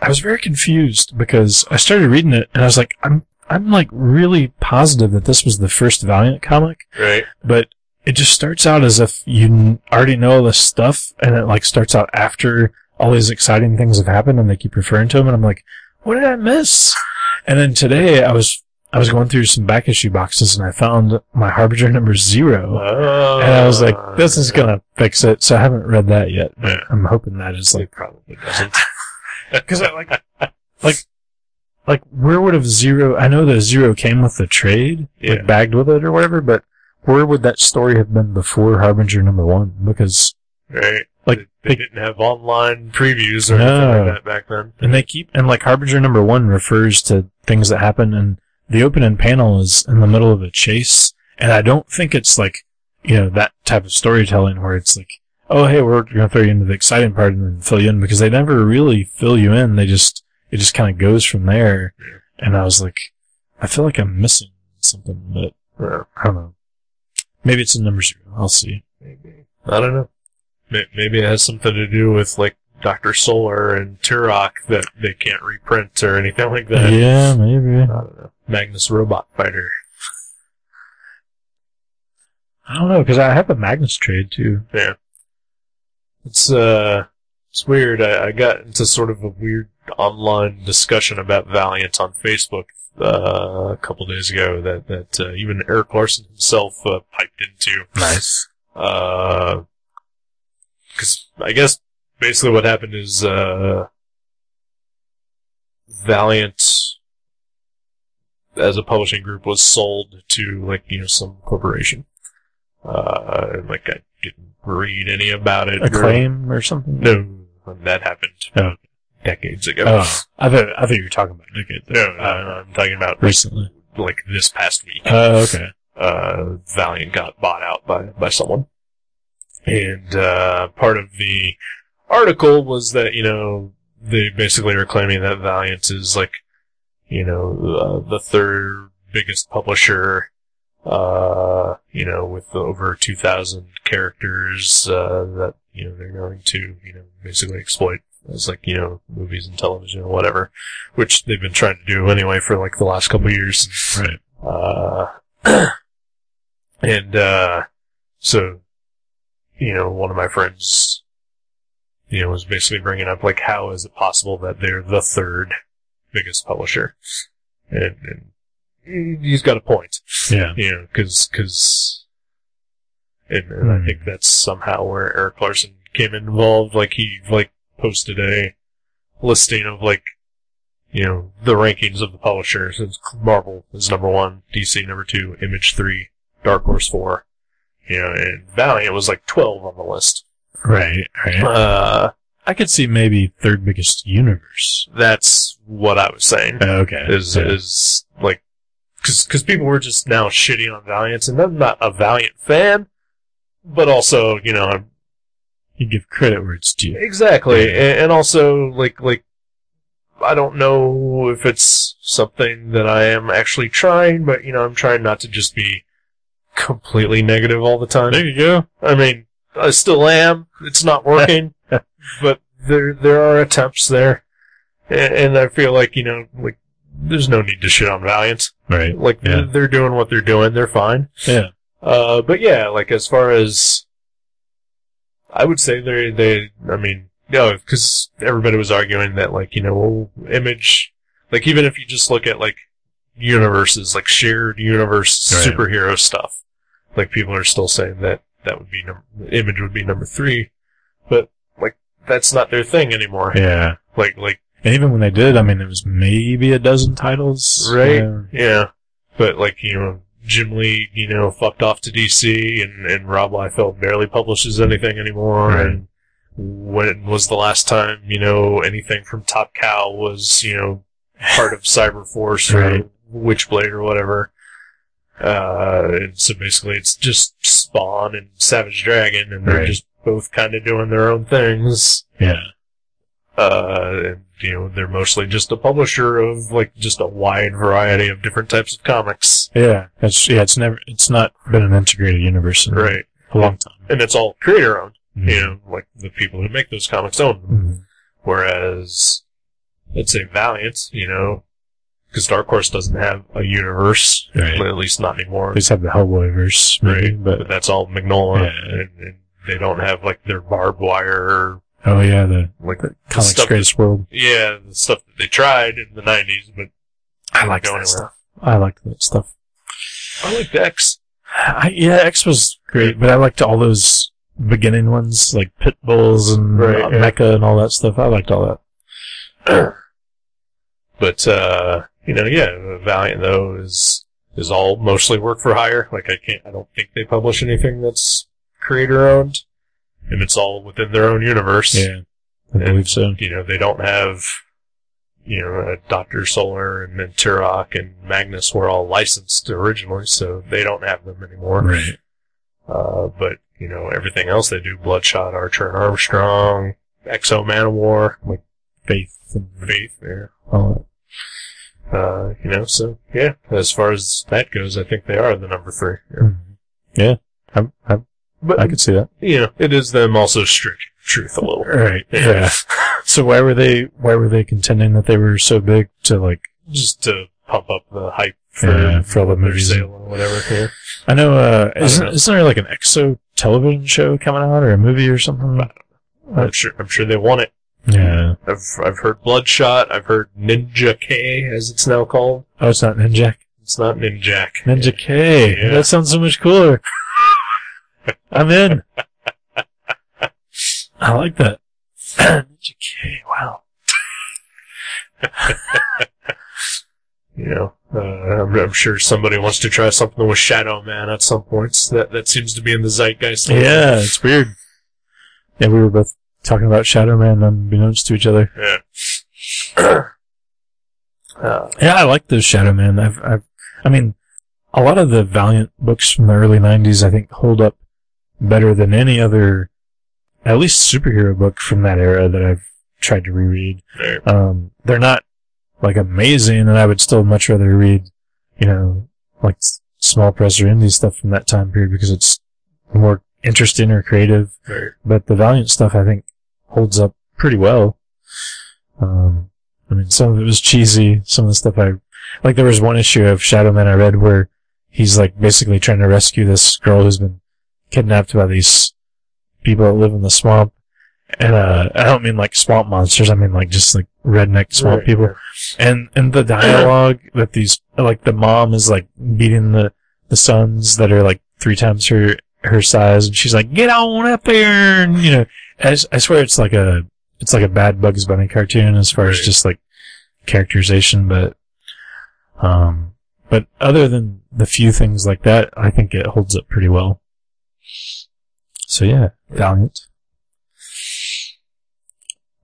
[SPEAKER 2] I was very confused because I started reading it, and I was like, I'm, I'm like really positive that this was the first Valiant comic,
[SPEAKER 1] Right.
[SPEAKER 2] but it just starts out as if you n- already know all this stuff, and it like starts out after all these exciting things have happened, and they keep referring to them, and I'm like, what did I miss? And then today, I was, I was going through some back issue boxes, and I found my Harbinger number zero.
[SPEAKER 1] Oh,
[SPEAKER 2] And I was like, this is gonna fix it. So I haven't read that yet. But
[SPEAKER 1] Yeah.
[SPEAKER 2] I'm hoping that is like,
[SPEAKER 1] It probably doesn't.
[SPEAKER 2] cause I like, like, like where would have zero, I know that zero came with the trade,
[SPEAKER 1] Yeah.
[SPEAKER 2] like bagged with it or whatever, but where would that story have been before Harbinger number one? Because,
[SPEAKER 1] Right.
[SPEAKER 2] Like,
[SPEAKER 1] they, they
[SPEAKER 2] like-
[SPEAKER 1] didn't have online previews or
[SPEAKER 2] No.
[SPEAKER 1] anything like that back then.
[SPEAKER 2] and they keep, and like Harbinger number one refers to things that happen and the opening panel is in the middle of a chase. And I don't think it's like, you know, that type of storytelling where it's like, oh, hey, we're going to throw you into the exciting part and then fill you in because they never really fill you in. They just, it just kind of goes from there. And I was like, I feel like I'm missing something, but
[SPEAKER 1] Yeah,
[SPEAKER 2] I don't know. Maybe it's in number zero. I'll see.
[SPEAKER 1] maybe. I don't know. May- Maybe it has something to do with like Doctor Solar and Turok that they can't reprint or anything like that.
[SPEAKER 2] yeah, maybe.
[SPEAKER 1] I don't know. Magnus Robot Fighter.
[SPEAKER 2] I don't know because I have a Magnus trade too.
[SPEAKER 1] It's uh, it's weird. I, I got into sort of a weird online discussion about Valiant on Facebook uh, a couple days ago that that uh, even Eric Larson himself uh, piped into.
[SPEAKER 2] Nice.
[SPEAKER 1] because I guess basically what happened is uh, Valiant, as a publishing group, was sold to like you know some corporation. Uh, and, like I didn't read any about it.
[SPEAKER 2] Acclaim or something?
[SPEAKER 1] No, that happened
[SPEAKER 2] Oh.
[SPEAKER 1] decades ago.
[SPEAKER 2] Oh, I thought I thought you were talking about Naked.
[SPEAKER 1] No, no, no, I'm talking about like,
[SPEAKER 2] recently.
[SPEAKER 1] like this past week.
[SPEAKER 2] Oh, okay.
[SPEAKER 1] uh, Valiant got bought out by, by someone. And, uh, part of the article was that, you know, they basically are claiming that Valiant is like, you know, uh, the third biggest publisher uh, you know, with the over 2,000 characters uh, that, you know, they're going to, you know, basically exploit as, like, you know, movies and television or whatever, which they've been trying to do anyway for, like, the last couple of years.
[SPEAKER 2] Right.
[SPEAKER 1] Uh, and, uh, so, you know, one of my friends, you know, was basically bringing up, like, how is it possible that they're the third biggest publisher? And, and he's got a point.
[SPEAKER 2] Yeah.
[SPEAKER 1] You know, cause, 'cause- and, and I
[SPEAKER 2] Hmm.
[SPEAKER 1] think that's somehow where Eric Larson came involved. Like, he, like, posted a listing of, like, you know, the rankings of the publishers. It's Marvel is number one, DC number two, Image three, Dark Horse four. You know, and Valiant was like 12 on the list.
[SPEAKER 2] Right. Right.
[SPEAKER 1] Uh,
[SPEAKER 2] I could see maybe third biggest universe. Oh,
[SPEAKER 1] that's what I was saying.
[SPEAKER 2] Okay.
[SPEAKER 1] is
[SPEAKER 2] Yeah.
[SPEAKER 1] is like because people were just now shitting on Valiant, and I'm not a Valiant fan, but also you know I'm-
[SPEAKER 2] you give credit where it's due.
[SPEAKER 1] exactly,
[SPEAKER 2] Yeah.
[SPEAKER 1] and, and also like like I don't know if it's something that I am actually trying, but you know I'm trying not to just be completely negative all the time.
[SPEAKER 2] There you go.
[SPEAKER 1] I mean, I still am. It's not working, but there there are attempts there, and, and I feel like you know like there's no need to shit on Valiant.
[SPEAKER 2] Right.
[SPEAKER 1] Like
[SPEAKER 2] Yeah.
[SPEAKER 1] th- they're doing what they're doing, they're fine.
[SPEAKER 2] Yeah.
[SPEAKER 1] Uh, but yeah, like as far as I would say they they I mean no, because everybody was arguing that like you know well, image like even if you just look at like universes like shared universe
[SPEAKER 2] Right.
[SPEAKER 1] superhero stuff, like people are still saying that that would be number image would be number three, but like that's not their thing anymore.
[SPEAKER 2] Yeah.
[SPEAKER 1] Like like
[SPEAKER 2] And even when they did, I mean, it was maybe a dozen titles. Um,
[SPEAKER 1] Right.
[SPEAKER 2] Yeah.
[SPEAKER 1] Yeah. But like, you know, Jim Lee, you know, fucked off to DC and, and Rob Liefeld barely publishes anything anymore.
[SPEAKER 2] Right.
[SPEAKER 1] And when was the last time, you know, anything from Top Cow was, you know, part of Cyberforce
[SPEAKER 2] Right.
[SPEAKER 1] or Witchblade or whatever. Uh, and so basically it's just Spawn and Savage Dragon and they're
[SPEAKER 2] Right.
[SPEAKER 1] just both kind of doing their own things
[SPEAKER 2] Yeah.
[SPEAKER 1] uh, and, you know, they're mostly just a publisher of like just a wide variety of different types of comics.
[SPEAKER 2] Yeah. It's, yeah. It's never, it's not been an integrated universe in
[SPEAKER 1] Right.
[SPEAKER 2] a long time.
[SPEAKER 1] And it's all creator owned. You know, like the people who make those comics own them.
[SPEAKER 2] Mhm.
[SPEAKER 1] Whereas, let's say Valiant, you know, because Dark Horse doesn't have a universe,
[SPEAKER 2] Right.
[SPEAKER 1] at least not anymore.
[SPEAKER 2] They just have the Hellboy verse. Maybe,
[SPEAKER 1] But
[SPEAKER 2] But,
[SPEAKER 1] that's all Magnolia,
[SPEAKER 2] Yeah.
[SPEAKER 1] and, and they don't have like their barbed wire,
[SPEAKER 2] oh yeah, the
[SPEAKER 1] like
[SPEAKER 2] comics
[SPEAKER 1] stuff-
[SPEAKER 2] greatest world.
[SPEAKER 1] yeah, the stuff that they tried in the '90s, but
[SPEAKER 2] I
[SPEAKER 1] didn't
[SPEAKER 2] like
[SPEAKER 1] go
[SPEAKER 2] that
[SPEAKER 1] anywhere.
[SPEAKER 2] stuff. I like that stuff.
[SPEAKER 1] I liked X.
[SPEAKER 2] I, yeah, X was great, but I liked all those beginning ones, like Pit Bulls and
[SPEAKER 1] Right,
[SPEAKER 2] uh,
[SPEAKER 1] yeah.
[SPEAKER 2] Mecha and all that stuff. I liked all that.
[SPEAKER 1] But uh, you know, yeah, Valiant though is is all mostly work for hire. Like I can't, I don't think they publish anything that's creator owned, and it's all within their own universe.
[SPEAKER 2] I believe so.
[SPEAKER 1] You know, they don't have, you know, uh, Doctor Solar and then Turok and Magnus were all licensed originally, so they don't have them anymore.
[SPEAKER 2] Right.
[SPEAKER 1] Uh, but you know, everything else they do, Bloodshot, Archer and Armstrong, Exo Manowar, like
[SPEAKER 2] Faith and
[SPEAKER 1] Faith, yeah.
[SPEAKER 2] all that.
[SPEAKER 1] Uh, you know, so yeah, as far as that goes, I think they are the number three.
[SPEAKER 2] Mhm. Yeah, I, I,
[SPEAKER 1] But
[SPEAKER 2] I could see that.
[SPEAKER 1] you know, it is them also strict truth a little.
[SPEAKER 2] Right. Yeah. So why were they? Why were they contending that they were so big to like?
[SPEAKER 1] just to pump up the hype for,
[SPEAKER 2] Yeah, for all the
[SPEAKER 1] their
[SPEAKER 2] movies.
[SPEAKER 1] sale or whatever. Yeah.
[SPEAKER 2] I know. Uh,
[SPEAKER 1] don't
[SPEAKER 2] isn't
[SPEAKER 1] know.
[SPEAKER 2] isn't there like an EXO television show coming out or a movie or something?
[SPEAKER 1] I'm sure. I'm sure they want it.
[SPEAKER 2] Yeah.
[SPEAKER 1] I've I've heard Bloodshot. I've heard Ninja K, as it's now called.
[SPEAKER 2] Oh, it's not Ninja.
[SPEAKER 1] It's not Ninjak.
[SPEAKER 2] Ninja K.
[SPEAKER 1] Yeah.
[SPEAKER 2] That sounds so much cooler. I'm in. I like that. Ninja K. Wow.
[SPEAKER 1] You know, uh, I'm, I'm sure somebody wants to try something with Shadow Man at some points. That that seems to be in the zeitgeist.
[SPEAKER 2] Yeah, it's weird. Yeah, we were both talking about Shadow Man unbeknownst to each other.
[SPEAKER 1] Yeah. uh,
[SPEAKER 2] Yeah, I like those Shadow Man. I've, I've, I mean, a lot of the Valiant books from the early '90s, I think, hold up better than any other, at least superhero book from that era that I've tried to reread.
[SPEAKER 1] there.
[SPEAKER 2] Um, they're not like amazing, and I would still much rather read, you know, like S- small press or indie stuff from that time period because it's more interesting or creative.
[SPEAKER 1] Right.
[SPEAKER 2] But the Valiant stuff, I think, holds up pretty well. Um, I mean, some of it was cheesy. Some of the stuff I, like, there was one issue of Shadow Man I read where he's like basically trying to rescue this girl who's been kidnapped by these people that live in the swamp. And, uh, I don't mean like swamp monsters. I mean like just like redneck swamp
[SPEAKER 1] Right,
[SPEAKER 2] people. And, and the dialogue that these, like the mom is like beating the, the sons that are like three times her, her size. And she's like, get on up here. And, you know, I, s- I swear it's like a, it's like a bad Bugs Bunny cartoon as far as
[SPEAKER 1] Right.
[SPEAKER 2] just like characterization, but, um, but other than the few things like that, I think it holds up pretty well. So yeah, Valiant.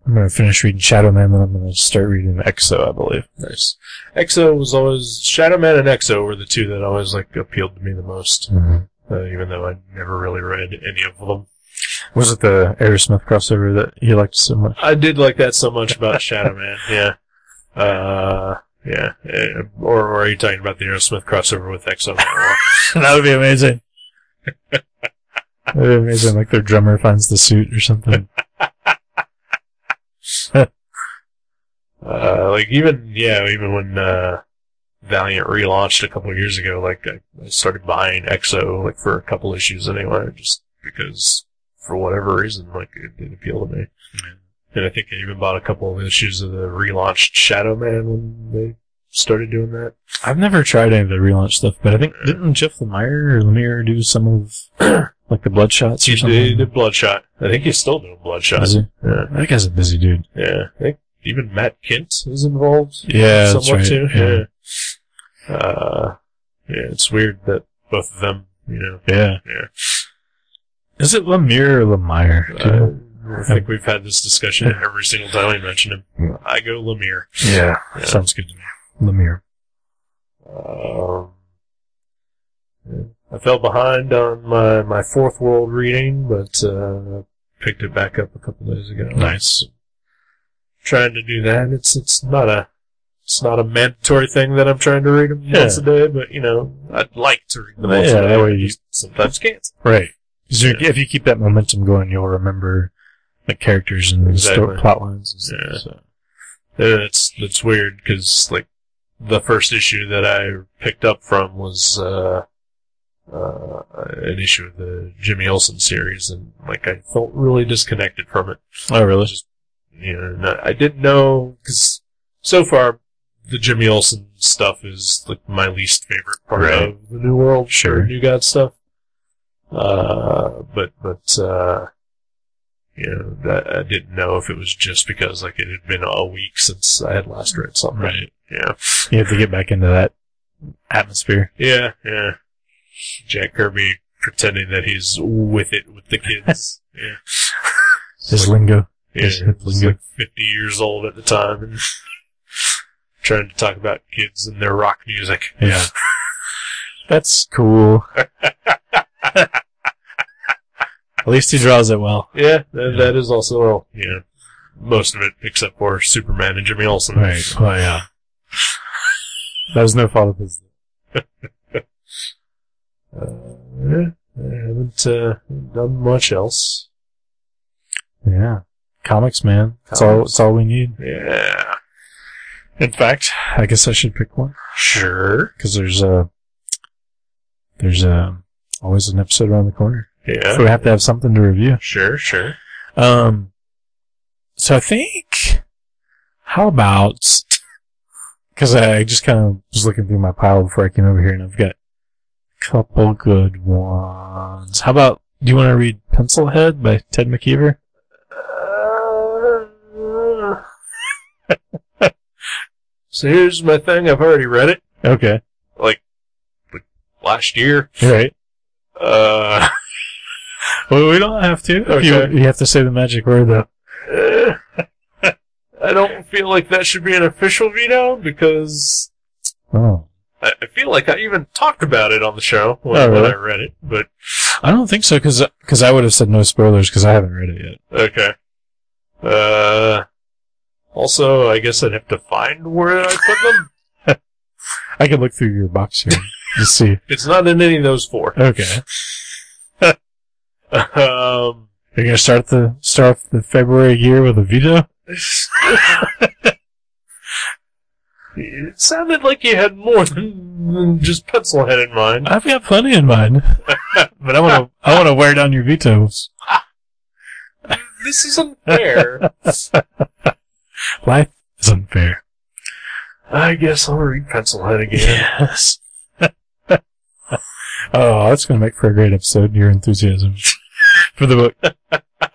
[SPEAKER 2] I'm gonna finish reading Shadow Man, then I'm gonna start reading EXO, I believe.
[SPEAKER 1] Nice. EXO was always Shadow Man and EXO were the two that always like appealed to me the most,
[SPEAKER 2] Mm-hmm.
[SPEAKER 1] uh, even though I never really read any of them.
[SPEAKER 2] Was it the Aerosmith crossover that you liked so much?
[SPEAKER 1] I did like that so much about Shadow Man. Yeah. Uh, yeah. Eh, Or, or are you talking about the Aerosmith crossover with EXO?
[SPEAKER 2] that would be amazing. That'd be amazing. Like their drummer finds the suit or something.
[SPEAKER 1] uh, like even yeah, even when uh, Valiant relaunched a couple of years ago, like I, I started buying EXO like for a couple issues anyway, just because for whatever reason, like it did appeal to me. And I think I even bought a couple of issues of the relaunched Shadow Man when they started doing that.
[SPEAKER 2] I've never tried any of the relaunch stuff, but I think didn't Jeff Lemire or Lemire do some of like the Bloodshots or
[SPEAKER 1] He
[SPEAKER 2] something?
[SPEAKER 1] did, did Bloodshot. I think he's still doing Bloodshot.
[SPEAKER 2] Is he?
[SPEAKER 1] Yeah.
[SPEAKER 2] That guy's a busy dude.
[SPEAKER 1] Yeah, I think even Matt Kent is involved
[SPEAKER 2] Yeah,
[SPEAKER 1] somewhat too.
[SPEAKER 2] Yeah.
[SPEAKER 1] Yeah. Uh, yeah, it's weird that both of them, you know.
[SPEAKER 2] yeah,
[SPEAKER 1] Yeah.
[SPEAKER 2] Is it Lemire or Lemire? Do you know?
[SPEAKER 1] Uh, I think we've had this discussion every single time we mention him. I go Lemire.
[SPEAKER 2] yeah,
[SPEAKER 1] yeah.
[SPEAKER 2] sounds good to me. Lemire.
[SPEAKER 1] Um, yeah. I fell behind on my, my fourth world reading, but uh, picked it back up a couple days ago.
[SPEAKER 2] Nice.
[SPEAKER 1] Trying to do that. It's it's not a it's not a mandatory thing that I'm trying to read them
[SPEAKER 2] Yeah.
[SPEAKER 1] once a day, but you know I'd like to read them once
[SPEAKER 2] Yeah,
[SPEAKER 1] a day.
[SPEAKER 2] that way
[SPEAKER 1] I
[SPEAKER 2] you-
[SPEAKER 1] just sometimes can't.
[SPEAKER 2] Right. 'Cause you're-
[SPEAKER 1] Yeah.
[SPEAKER 2] If you keep that momentum going, you'll remember the characters and
[SPEAKER 1] Exactly.
[SPEAKER 2] sto- plot lines. And stuff,
[SPEAKER 1] Yeah.
[SPEAKER 2] so.
[SPEAKER 1] Uh, It's it's weird because like the first issue that I picked up from was uh, uh, an issue of the Jimmy Olsen series, and like I felt really disconnected from it.
[SPEAKER 2] Oh, really?
[SPEAKER 1] You know, and I I didn't know because so far the Jimmy Olsen stuff is like my least favorite part
[SPEAKER 2] Right.
[SPEAKER 1] of the New World,
[SPEAKER 2] Sure.
[SPEAKER 1] or New God stuff. Uh, but but uh, you know, that, I didn't know if it was just because like it had been a week since I had last read something.
[SPEAKER 2] Right.
[SPEAKER 1] Yeah.
[SPEAKER 2] You have to get back into that atmosphere.
[SPEAKER 1] Yeah. Yeah. Jack Kirby pretending that he's with it with the kids. yeah.
[SPEAKER 2] His lingo.
[SPEAKER 1] Yeah,
[SPEAKER 2] Is
[SPEAKER 1] he
[SPEAKER 2] it
[SPEAKER 1] was
[SPEAKER 2] Lingo?
[SPEAKER 1] like 50 years old at the time and trying to talk about kids and their rock music.
[SPEAKER 2] Yeah. That's cool. At least he draws it well.
[SPEAKER 1] Yeah, that, that is also, well, yeah, most of it except for Superman and Jimmy Olsen.
[SPEAKER 2] Right. Well, Oh, yeah. That was no fault of his.
[SPEAKER 1] Uh, yeah, I haven't uh, done much else.
[SPEAKER 2] Yeah. Comics, man. It's all.
[SPEAKER 1] Comics.
[SPEAKER 2] It's all we need.
[SPEAKER 1] Yeah.
[SPEAKER 2] In fact, I guess I should pick one
[SPEAKER 1] Sure.
[SPEAKER 2] because there's a there's a always an episode around the corner.
[SPEAKER 1] Yeah.
[SPEAKER 2] So we have to have something to review.
[SPEAKER 1] Sure, sure.
[SPEAKER 2] Um, so I think how about because I just kind of was looking through my pile before I came over here, and I've got a couple good ones. How about do you want to read Pencilhead by Ted McKeever?
[SPEAKER 1] Uh, so here's my thing. I've already read it
[SPEAKER 2] Okay,
[SPEAKER 1] last year.
[SPEAKER 2] all right.
[SPEAKER 1] Uh,
[SPEAKER 2] Well, we don't have to. If
[SPEAKER 1] Okay.
[SPEAKER 2] You, you have to say the magic word though.
[SPEAKER 1] Uh, I don't feel like that should be an official veto because
[SPEAKER 2] Oh.
[SPEAKER 1] I I feel like I even talked about it on the show when,
[SPEAKER 2] Oh,
[SPEAKER 1] when
[SPEAKER 2] really?
[SPEAKER 1] I read it. But
[SPEAKER 2] I don't think so because I would have said no spoilers because I haven't read it yet.
[SPEAKER 1] okay. Uh, also, I guess I'd have to find where I put them.
[SPEAKER 2] I could look through your box here. Let's see.
[SPEAKER 1] It's not in any of those four.
[SPEAKER 2] Okay.
[SPEAKER 1] Um,
[SPEAKER 2] You're gonna start the start the February year with a veto?
[SPEAKER 1] it sounded like you had more than, than just Pencilhead in mind.
[SPEAKER 2] I've got plenty in mind. but I wanna I wanna wear down your vetoes.
[SPEAKER 1] This is unfair.
[SPEAKER 2] Life is unfair.
[SPEAKER 1] I guess I'll read Pencilhead again.
[SPEAKER 2] Yes. oh, that's gonna make for a great episode, your enthusiasm for the book.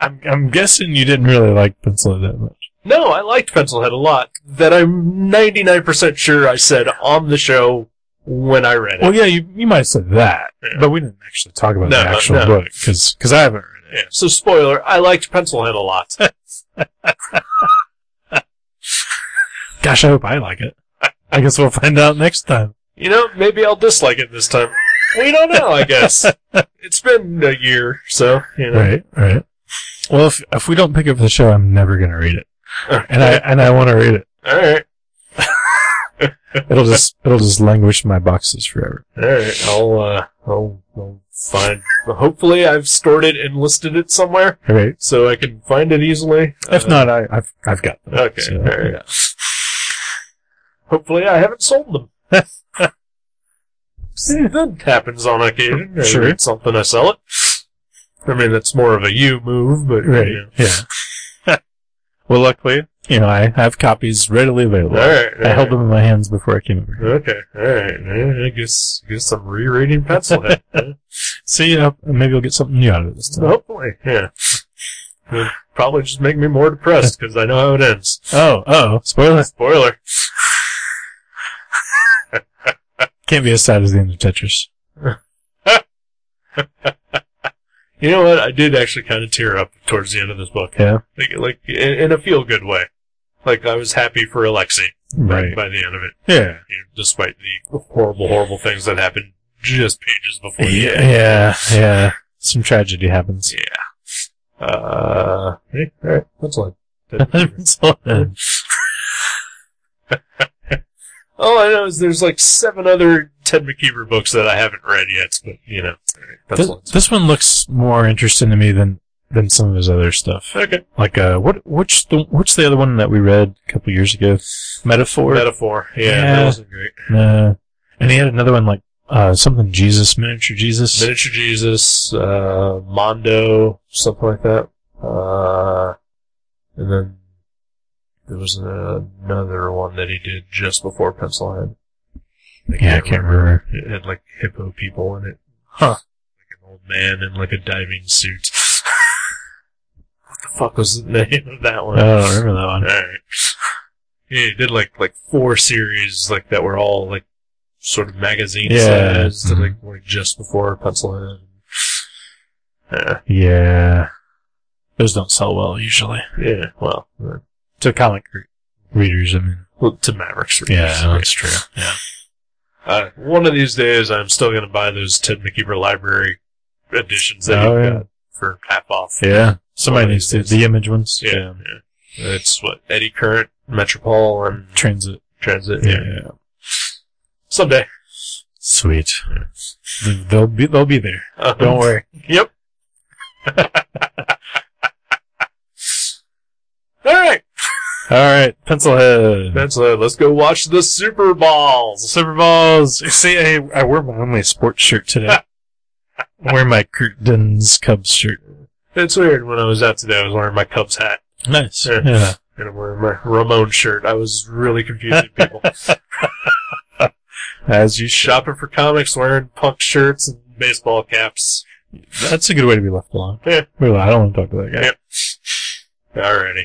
[SPEAKER 2] I'm I'm guessing you didn't really like Pencil that much.
[SPEAKER 1] No, I liked Pencilhead a lot. That I'm 99% sure I said on the show when I read it.
[SPEAKER 2] Well, yeah, you, you might say that,
[SPEAKER 1] Yeah.
[SPEAKER 2] but we didn't actually talk about
[SPEAKER 1] No,
[SPEAKER 2] the actual
[SPEAKER 1] no.
[SPEAKER 2] book because I haven't read
[SPEAKER 1] Yeah, So, spoiler, I liked Pencilhead a lot.
[SPEAKER 2] it. Gosh, I hope I like it. I guess we'll find out next time.
[SPEAKER 1] you know, maybe I'll dislike it this time. We don't know, I guess. It's been a year, so, you know.
[SPEAKER 2] Right, right. Well, if if we don't pick up the show, I'm never gonna read it,
[SPEAKER 1] Alright.
[SPEAKER 2] and I and I want to read it.
[SPEAKER 1] Alright,
[SPEAKER 2] It'll just it'll just languish in my boxes forever.
[SPEAKER 1] alright. I'll, uh, I'll, I'll find. Hopefully, I've stored it and listed it somewhere
[SPEAKER 2] All right.
[SPEAKER 1] so I can find it easily.
[SPEAKER 2] If
[SPEAKER 1] Uh,
[SPEAKER 2] not, I, I've I've got them.
[SPEAKER 1] Okay,
[SPEAKER 2] So,
[SPEAKER 1] alright.
[SPEAKER 2] yeah.
[SPEAKER 1] Hopefully, I haven't sold them. that happens on occasion. I
[SPEAKER 2] Sure.
[SPEAKER 1] read something, I sell it. I mean, that's more of a you move, but
[SPEAKER 2] Right.
[SPEAKER 1] you know.
[SPEAKER 2] Yeah. well, luckily, you know, I have copies readily available.
[SPEAKER 1] All right.
[SPEAKER 2] I held them in my hands before I came over. here.
[SPEAKER 1] Okay. All right. eh, I guess guess I'm rereading Pencilhead. eh?
[SPEAKER 2] See, uh, maybe I'll get something new out of it this time.
[SPEAKER 1] Hopefully, yeah. It'll probably just make me more depressed because I know how it ends.
[SPEAKER 2] Oh, oh, spoiler!
[SPEAKER 1] Spoiler.
[SPEAKER 2] Can't be as sad as the end of Tetris.
[SPEAKER 1] You know what? I did actually kind of tear up towards the end of this book,
[SPEAKER 2] Yeah,
[SPEAKER 1] like like in, in a feel good way. Like I was happy for Alexei by-
[SPEAKER 2] right.
[SPEAKER 1] by the end of it,
[SPEAKER 2] Yeah,
[SPEAKER 1] you know, despite the horrible, horrible things that happened just pages before. the end.
[SPEAKER 2] yeah, yeah. Some tragedy happens.
[SPEAKER 1] Uh, eh, all right. That's all. I-
[SPEAKER 2] So, uh,
[SPEAKER 1] All I know is there's like seven other Ted McKeever books that I haven't read yet, but you know, that's
[SPEAKER 2] this,
[SPEAKER 1] all.
[SPEAKER 2] this one looks more interesting to me than than some of his other stuff.
[SPEAKER 1] Okay.
[SPEAKER 2] Like, uh, what which the what's the other one that we read a couple years ago? Metaphor.
[SPEAKER 1] Metaphor. Yeah,
[SPEAKER 2] Yeah.
[SPEAKER 1] that wasn't great.
[SPEAKER 2] No. And he had another one like uh, something Jesus, miniature Jesus.
[SPEAKER 1] Miniature Jesus, uh, Mondo, something like that. Uh, and then there was another one that he did just before Pencilhead.
[SPEAKER 2] yeah, I can't remember.
[SPEAKER 1] It had like hippo people in it.
[SPEAKER 2] Huh.
[SPEAKER 1] Like an old man in like a diving suit. what the fuck was the name of that one?
[SPEAKER 2] Oh, I don't remember that one.
[SPEAKER 1] Alright. Yeah, he did like like four series like that were all like sort of magazine
[SPEAKER 2] Yeah. Mm-hmm.
[SPEAKER 1] sized and, like like just before Pencilhead. Yeah,
[SPEAKER 2] Yeah. Those don't sell well usually.
[SPEAKER 1] yeah. Well, uh,
[SPEAKER 2] To comic re- readers, I mean.
[SPEAKER 1] well, to Mavericks. readers.
[SPEAKER 2] true. Yeah.
[SPEAKER 1] Uh, one of these days, I'm still gonna buy those Ted McKeever Library editions that
[SPEAKER 2] Oh,
[SPEAKER 1] you
[SPEAKER 2] yeah.
[SPEAKER 1] got for half off.
[SPEAKER 2] Yeah. Somebody
[SPEAKER 1] Well,
[SPEAKER 2] needs to.
[SPEAKER 1] it's-
[SPEAKER 2] The image ones.
[SPEAKER 1] Yeah, yeah. It's what Eddie Current, Metropole, and
[SPEAKER 2] Transit.
[SPEAKER 1] Transit. Yeah, someday.
[SPEAKER 2] Sweet. They'll be, they'll be there.
[SPEAKER 1] Um,
[SPEAKER 2] Don't worry.
[SPEAKER 1] Yep. All right,
[SPEAKER 2] Alright. Pencilhead.
[SPEAKER 1] that's it. Let's go watch the Super Balls.
[SPEAKER 2] Super Balls. See, I, I wear my only sports shirt today. I wear my Kurt Dens Cubs shirt.
[SPEAKER 1] It's weird. When I was out today, I was wearing my Cubs hat
[SPEAKER 2] Nice.
[SPEAKER 1] Yeah.
[SPEAKER 2] Yeah.
[SPEAKER 1] and I'm wearing my Ramon shirt. I was really confusing people.
[SPEAKER 2] As you should.
[SPEAKER 1] Shopping for comics, wearing punk shirts and baseball caps.
[SPEAKER 2] That's a good way to be left alone.
[SPEAKER 1] Yeah.
[SPEAKER 2] Really, I don't want to talk to that guy.
[SPEAKER 1] Yep. Alrighty.